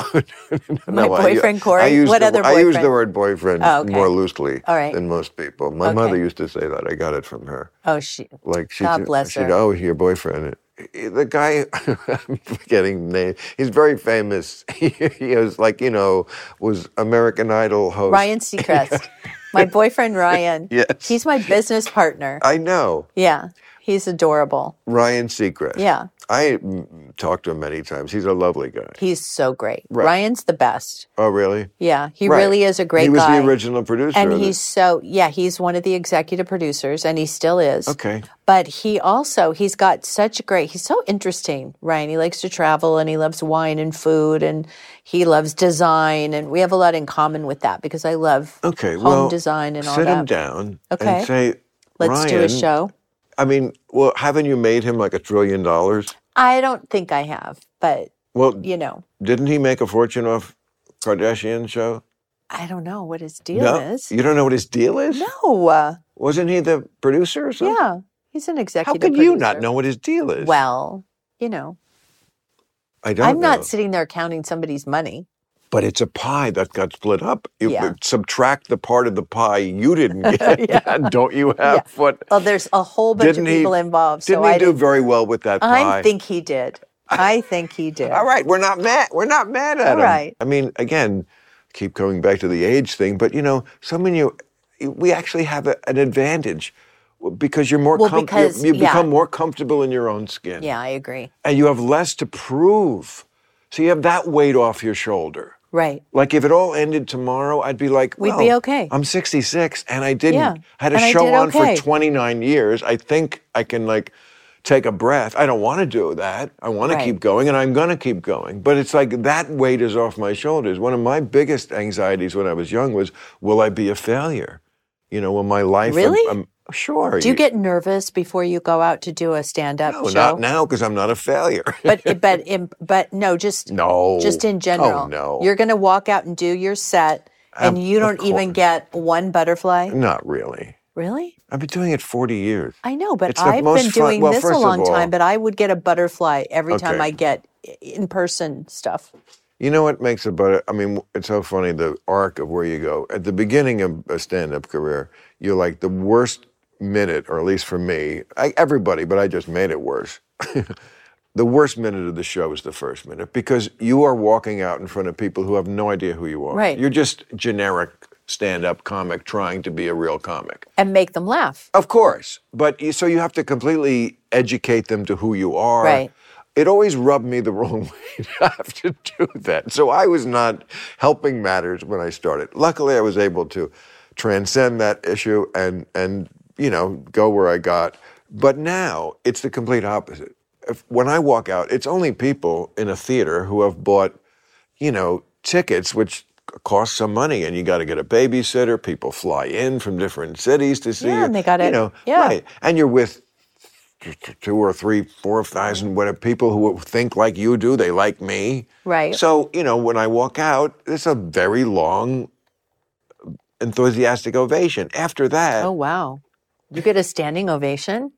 S2: My
S1: I-
S2: boyfriend, Corey?
S1: I use
S2: What
S1: the,
S2: other
S1: I use the
S2: boyfriend?
S1: word boyfriend
S2: Oh, okay.
S1: more loosely
S2: All right.
S1: than most people. My
S2: Okay.
S1: mother used to say that. I got it from her.
S2: Oh, she.
S1: Like she,
S2: God
S1: ju-
S2: bless
S1: she'd,
S2: her.
S1: oh, your boyfriend. eh, The guy, I'm forgetting the name. He's very famous. he was like, you know, was American Idol host.
S2: Ryan Seacrest. my boyfriend, Ryan.
S1: Yes. Uh,
S2: He's my business partner.
S1: I know.
S2: Yeah. He's adorable.
S1: Ryan Seacrest.
S2: Yeah.
S1: I mm, talked to him many times. He's a lovely guy.
S2: He's so great.
S1: Right.
S2: Ryan's the best.
S1: Oh, really?
S2: Yeah. He
S1: Right.
S2: really is a great
S1: He was
S2: guy.
S1: the original producer.
S2: and
S1: of it.
S2: he's so yeah, he's one of the executive producers and he still is.
S1: okay.
S2: But he also he's got such great he's so interesting, Ryan. He likes to travel and he loves wine and food and he loves design and we have a lot in common with that because I love
S1: Okay.
S2: home
S1: well,
S2: design and all
S1: sit
S2: that.
S1: him down
S2: Okay.
S1: and say,
S2: Let's do a
S1: "Ryan,
S2: show.
S1: I mean, well, haven't you made him like a trillion dollars?
S2: I don't think I have, but
S1: Well,
S2: you know,
S1: didn't he make a fortune off Kardashian show?
S2: I don't know what his deal
S1: no,
S2: is.
S1: you don't know what his deal is.
S2: No, uh,
S1: Wasn't he the producer or something?
S2: yeah, he's an
S1: How
S2: executive.
S1: could you not
S2: producer.
S1: know what his deal is?
S2: Well, you know,
S1: I don't
S2: I'm
S1: know.
S2: not sitting there counting somebody's money.
S1: But it's a pie that got split up. You
S2: Yeah.
S1: subtract the part of the pie you didn't get.
S2: Yeah.
S1: Don't you have what?
S2: Well, there's a whole bunch
S1: Didn't
S2: of
S1: he-
S2: people involved.
S1: Didn't
S2: so
S1: he
S2: I
S1: do
S2: didn't-
S1: very well with that pie?
S2: I think he did. I think he did.
S1: All right, we're not mad. We're not mad at
S2: All
S1: him.
S2: right.
S1: I mean, again, keep going back to the age thing, but you know, some of you, we actually have a, an advantage because you're more
S2: Well,
S1: com- you-
S2: because-
S1: you,
S2: yeah.
S1: become more comfortable in your own skin,
S2: Yeah, I agree.
S1: and you have less to prove. So you have that weight off your shoulder.
S2: Right.
S1: Like if it all ended tomorrow, I'd be like,
S2: We'd
S1: well,
S2: be okay.
S1: I'm 66 and I didn't.
S2: Yeah,
S1: I had a
S2: and I
S1: show
S2: did
S1: on
S2: okay.
S1: for 29 years. I think I can like take a breath. I don't want to do that. I want
S2: Right.
S1: to keep going and I'm going to keep going. But it's like that weight is off my shoulders. One of my biggest anxieties when I was young was, will I be a failure? You know, will my life?
S2: Really?
S1: I'm, I'm- sure.
S2: Do you get nervous before you go out to do a stand-up
S1: no,
S2: show?
S1: not now because I'm not a failure.
S2: But eh, but in, but no, just
S1: no.
S2: just in general.
S1: Oh, no.
S2: You're going to walk out and do your set, and you don't even get one butterfly.
S1: not really.
S2: Really?
S1: I've been doing it 40 years.
S2: I know, but
S1: It's the
S2: I've
S1: most
S2: been
S1: fun-
S2: doing
S1: well,
S2: this a
S1: first of
S2: long time.
S1: all-
S2: But I would get a butterfly every time
S1: Okay.
S2: I get i- in-person stuff.
S1: You know what makes it better? I mean, it's so funny the arc of where you go. At the beginning of a stand up career, you're like the worst minute, or at least for me, I, everybody, but I just made it worse. the worst minute of the show is the first minute because you are walking out in front of people who have no idea who you are.
S2: Right.
S1: You're just generic stand up comic trying to be a real comic.
S2: and make them laugh.
S1: Of course, but you, so you have to completely educate them to who you are.
S2: Right.
S1: It always rubbed me the wrong way to have to do that. So I was not helping matters when I started. Luckily, I was able to transcend that issue and and you know go where I got. But now it's the complete opposite. If, when I walk out, it's only people in a theater who have bought you know, tickets, which cost some money, and you got to get a babysitter. People fly in from different cities to see
S2: Yeah,
S1: you.
S2: and they gotta-
S1: You know,
S2: yeah.
S1: right? And you're with t- t- two or three, four thousand whatever people who think like you do. They like me,
S2: Right.
S1: So you know, when I walk out, it's a very long, enthusiastic ovation. After that,
S2: oh wow. You get a standing ovation?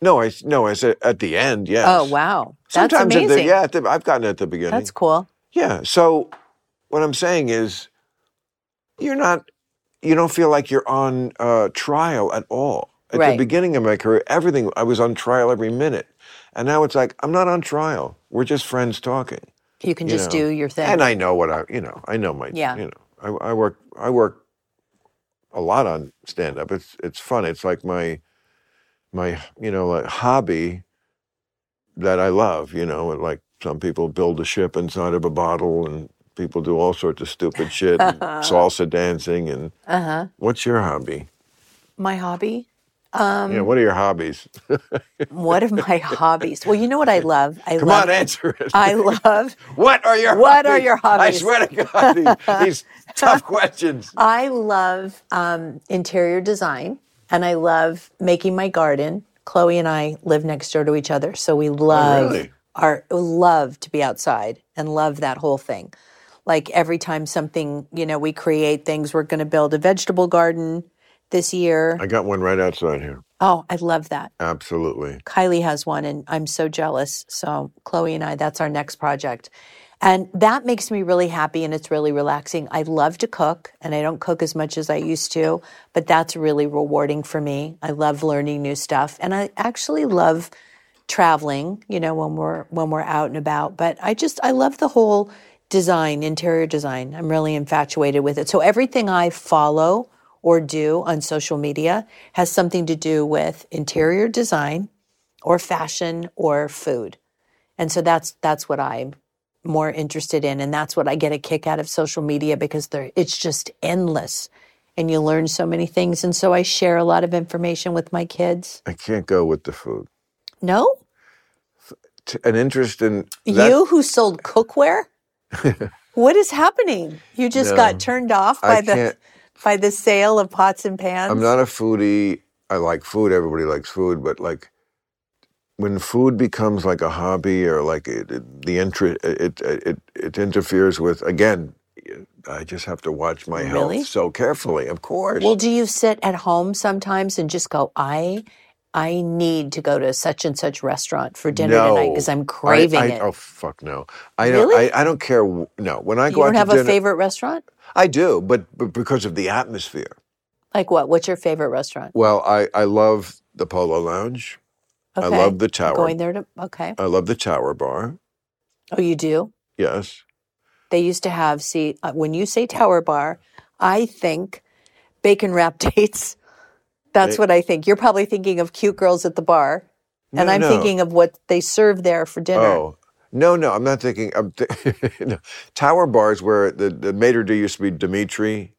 S1: no, I no, I said at the end, yes.
S2: Oh wow. That's
S1: Sometimes
S2: amazing.
S1: At the, yeah, at the, I've gotten it at the beginning.
S2: That's cool.
S1: Yeah. So what I'm saying is, you're not, you don't feel like you're on uh, trial at all. At
S2: Right.
S1: the beginning of my career, everything I was on trial every minute, and now it's like I'm not on trial. We're just friends talking.
S2: You can
S1: you
S2: just
S1: know.
S2: do your thing.
S1: And I know what I, you know, I know my,
S2: Yeah.
S1: you know, I, I work, I work a lot on stand up. It's it's fun. It's like my, my, you know, like hobby that I love. You know, and like some people build a ship inside of a bottle, and people do all sorts of stupid shit, and salsa dancing, and
S2: uh-huh.
S1: what's your hobby?
S2: My hobby? Um
S1: yeah, what are your hobbies?
S2: what are my hobbies? Well, you know what I love? I
S1: Come
S2: love
S1: on, answer it.
S2: I love
S1: what are your
S2: What
S1: hobbies?
S2: are your hobbies?
S1: I swear to God, these, these tough questions.
S2: I love um, interior design and I love making my garden. Chloe and I live next door to each other, so we love
S1: Oh, really?
S2: our love to be outside and love that whole thing. Like every time something, you know, we create things. We're going to build a vegetable garden this year.
S1: I got one right outside here.
S2: oh, I love that.
S1: Absolutely.
S2: Kylie has one, and I'm so jealous. So, Chloe and I, that's our next project. And that makes me really happy and it's really relaxing. I love to cook and I don't cook as much as I used to, but that's really rewarding for me. I love learning new stuff and I actually love traveling, you know, when we're when we're out and about, but I just I love the whole design, interior design. I'm really infatuated with it. So everything I follow or do on social media has something to do with interior design or fashion or food. And so that's that's what I'm more interested in and that's what I get a kick out of social media because there it's just endless and you learn so many things and so I share a lot of information with my kids.
S1: I can't go with the food.
S2: No?
S1: T- An interest in that-
S2: you who sold cookware? what is happening? You just
S1: No.
S2: got turned off by
S1: I
S2: the
S1: can't-
S2: by the sale of pots and pans.
S1: I'm not a foodie. I like food. Everybody likes food, but like when food becomes like a hobby or like it, it, the inter- it, it it it interferes with again. I just have to watch my
S2: Really?
S1: health so carefully. Of course.
S2: Well, do you sit at home sometimes and just go, I I need to go to such and such restaurant for dinner tonight because
S1: I-
S2: I'm craving
S1: I-
S2: it.
S1: Oh fuck no! I don't.
S2: Really?
S1: I, I don't care. wh- No, when I
S2: you
S1: go out
S2: don't
S1: to
S2: have
S1: dinner,
S2: a favorite restaurant?
S1: I do, but, but because of the atmosphere.
S2: Like what? What's your favorite restaurant?
S1: Well, I I love the Polo Lounge.
S2: Okay.
S1: I love the Tower.
S2: Going there to okay.
S1: I love the Tower Bar.
S2: Oh, you do.
S1: Yes.
S2: They used to have. See, uh, when you say Tower Bar, I think bacon wrap dates. That's
S1: They-
S2: what I think. You're probably thinking of cute girls at the bar, and
S1: No,
S2: I'm
S1: no.
S2: thinking of what they serve there for dinner.
S1: Oh. No, no, I'm not thinking. I'm th- no. Tower bars where the, the maitre d' used to be Dimitri.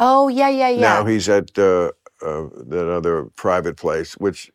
S2: Oh, yeah, yeah, yeah.
S1: Now he's at uh, uh, that other private place, which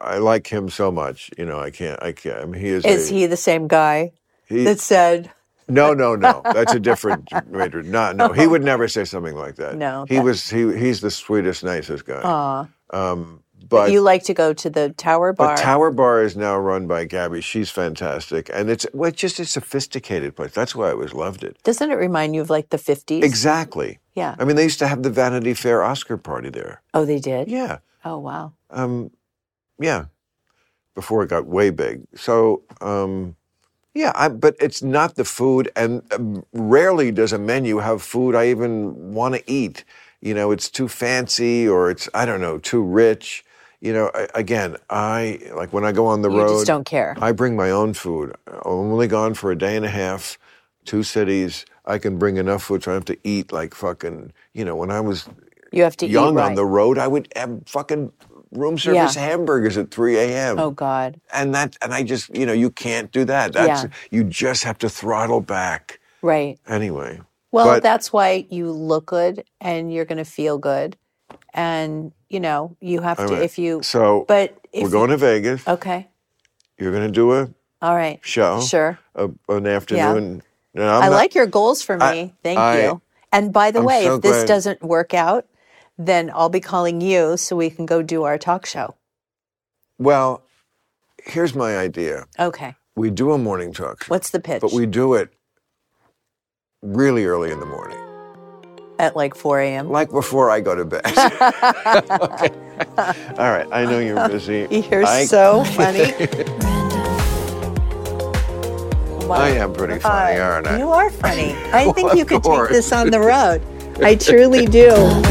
S1: I, I like him so much. You know, I can't. I can't. I mean, he is.
S2: Is
S1: a-
S2: he the same guy
S1: he-
S2: that said?
S1: No, no, no. That's a different maitre. No, no. He would never say something like that.
S2: No,
S1: He
S2: that-
S1: was. He he's the sweetest, nicest guy.
S2: Aw.
S1: um,
S2: But
S1: but
S2: you like to go to the Tower Bar.
S1: But Tower Bar is now run by Gabby. She's fantastic, and it's well, it's just a sophisticated place. That's why I always loved it.
S2: Doesn't it remind you of like the 50s?
S1: Exactly.
S2: Yeah.
S1: I mean, they used to have the Vanity Fair Oscar party there.
S2: Oh, they did?
S1: Yeah.
S2: Oh, wow.
S1: Um, yeah. Before it got way big. So, um, yeah, I, but it's not the food, and um, rarely does a menu have food I even want to eat. You know, it's too fancy or it's, I don't know, too rich. You know, I, again, I, like when I go on the
S2: You
S1: road.
S2: just don't care.
S1: I bring my own food. I'm only gone for a day and a half, two cities. I can bring enough food so I don't have to eat like fucking, you know, when I was
S2: You have to
S1: young
S2: eat right.
S1: on the road, I would have fucking room service
S2: Yeah.
S1: hamburgers at 3 a.m.
S2: Oh, God.
S1: And that, and I just, you know, you can't do that. That's,
S2: Yeah.
S1: you just have to throttle back.
S2: Right.
S1: Anyway,
S2: Well,
S1: But-
S2: that's why you look good and you're going to feel good. And, you know, you have
S1: I'm
S2: to,
S1: a-
S2: if you,
S1: so
S2: but if
S1: we're going to Vegas.
S2: you, Oh. okay.
S1: You're going to do a
S2: All right.
S1: show,
S2: Sure.
S1: a, an afternoon. And I'm
S2: i
S1: not-
S2: like your goals for me.
S1: I-
S2: Thank
S1: I-
S2: you. And by the
S1: I'm
S2: way,
S1: so
S2: if this
S1: glad-
S2: doesn't work out, then I'll be calling you so we can go do our talk show.
S1: Well, here's my idea.
S2: Okay.
S1: We do a morning talk show.
S2: What's the pitch?
S1: But we do it really early in the morning,
S2: At like 4 a.m.
S1: like before I go to bed. Okay. All right. I know you're busy.
S2: You're
S1: I,
S2: so funny. Wow.
S1: I am pretty Oh, funny, aren't I?
S2: You are funny. I think
S1: Well,
S2: you
S1: of
S2: could
S1: course.
S2: take this on the road. I truly do.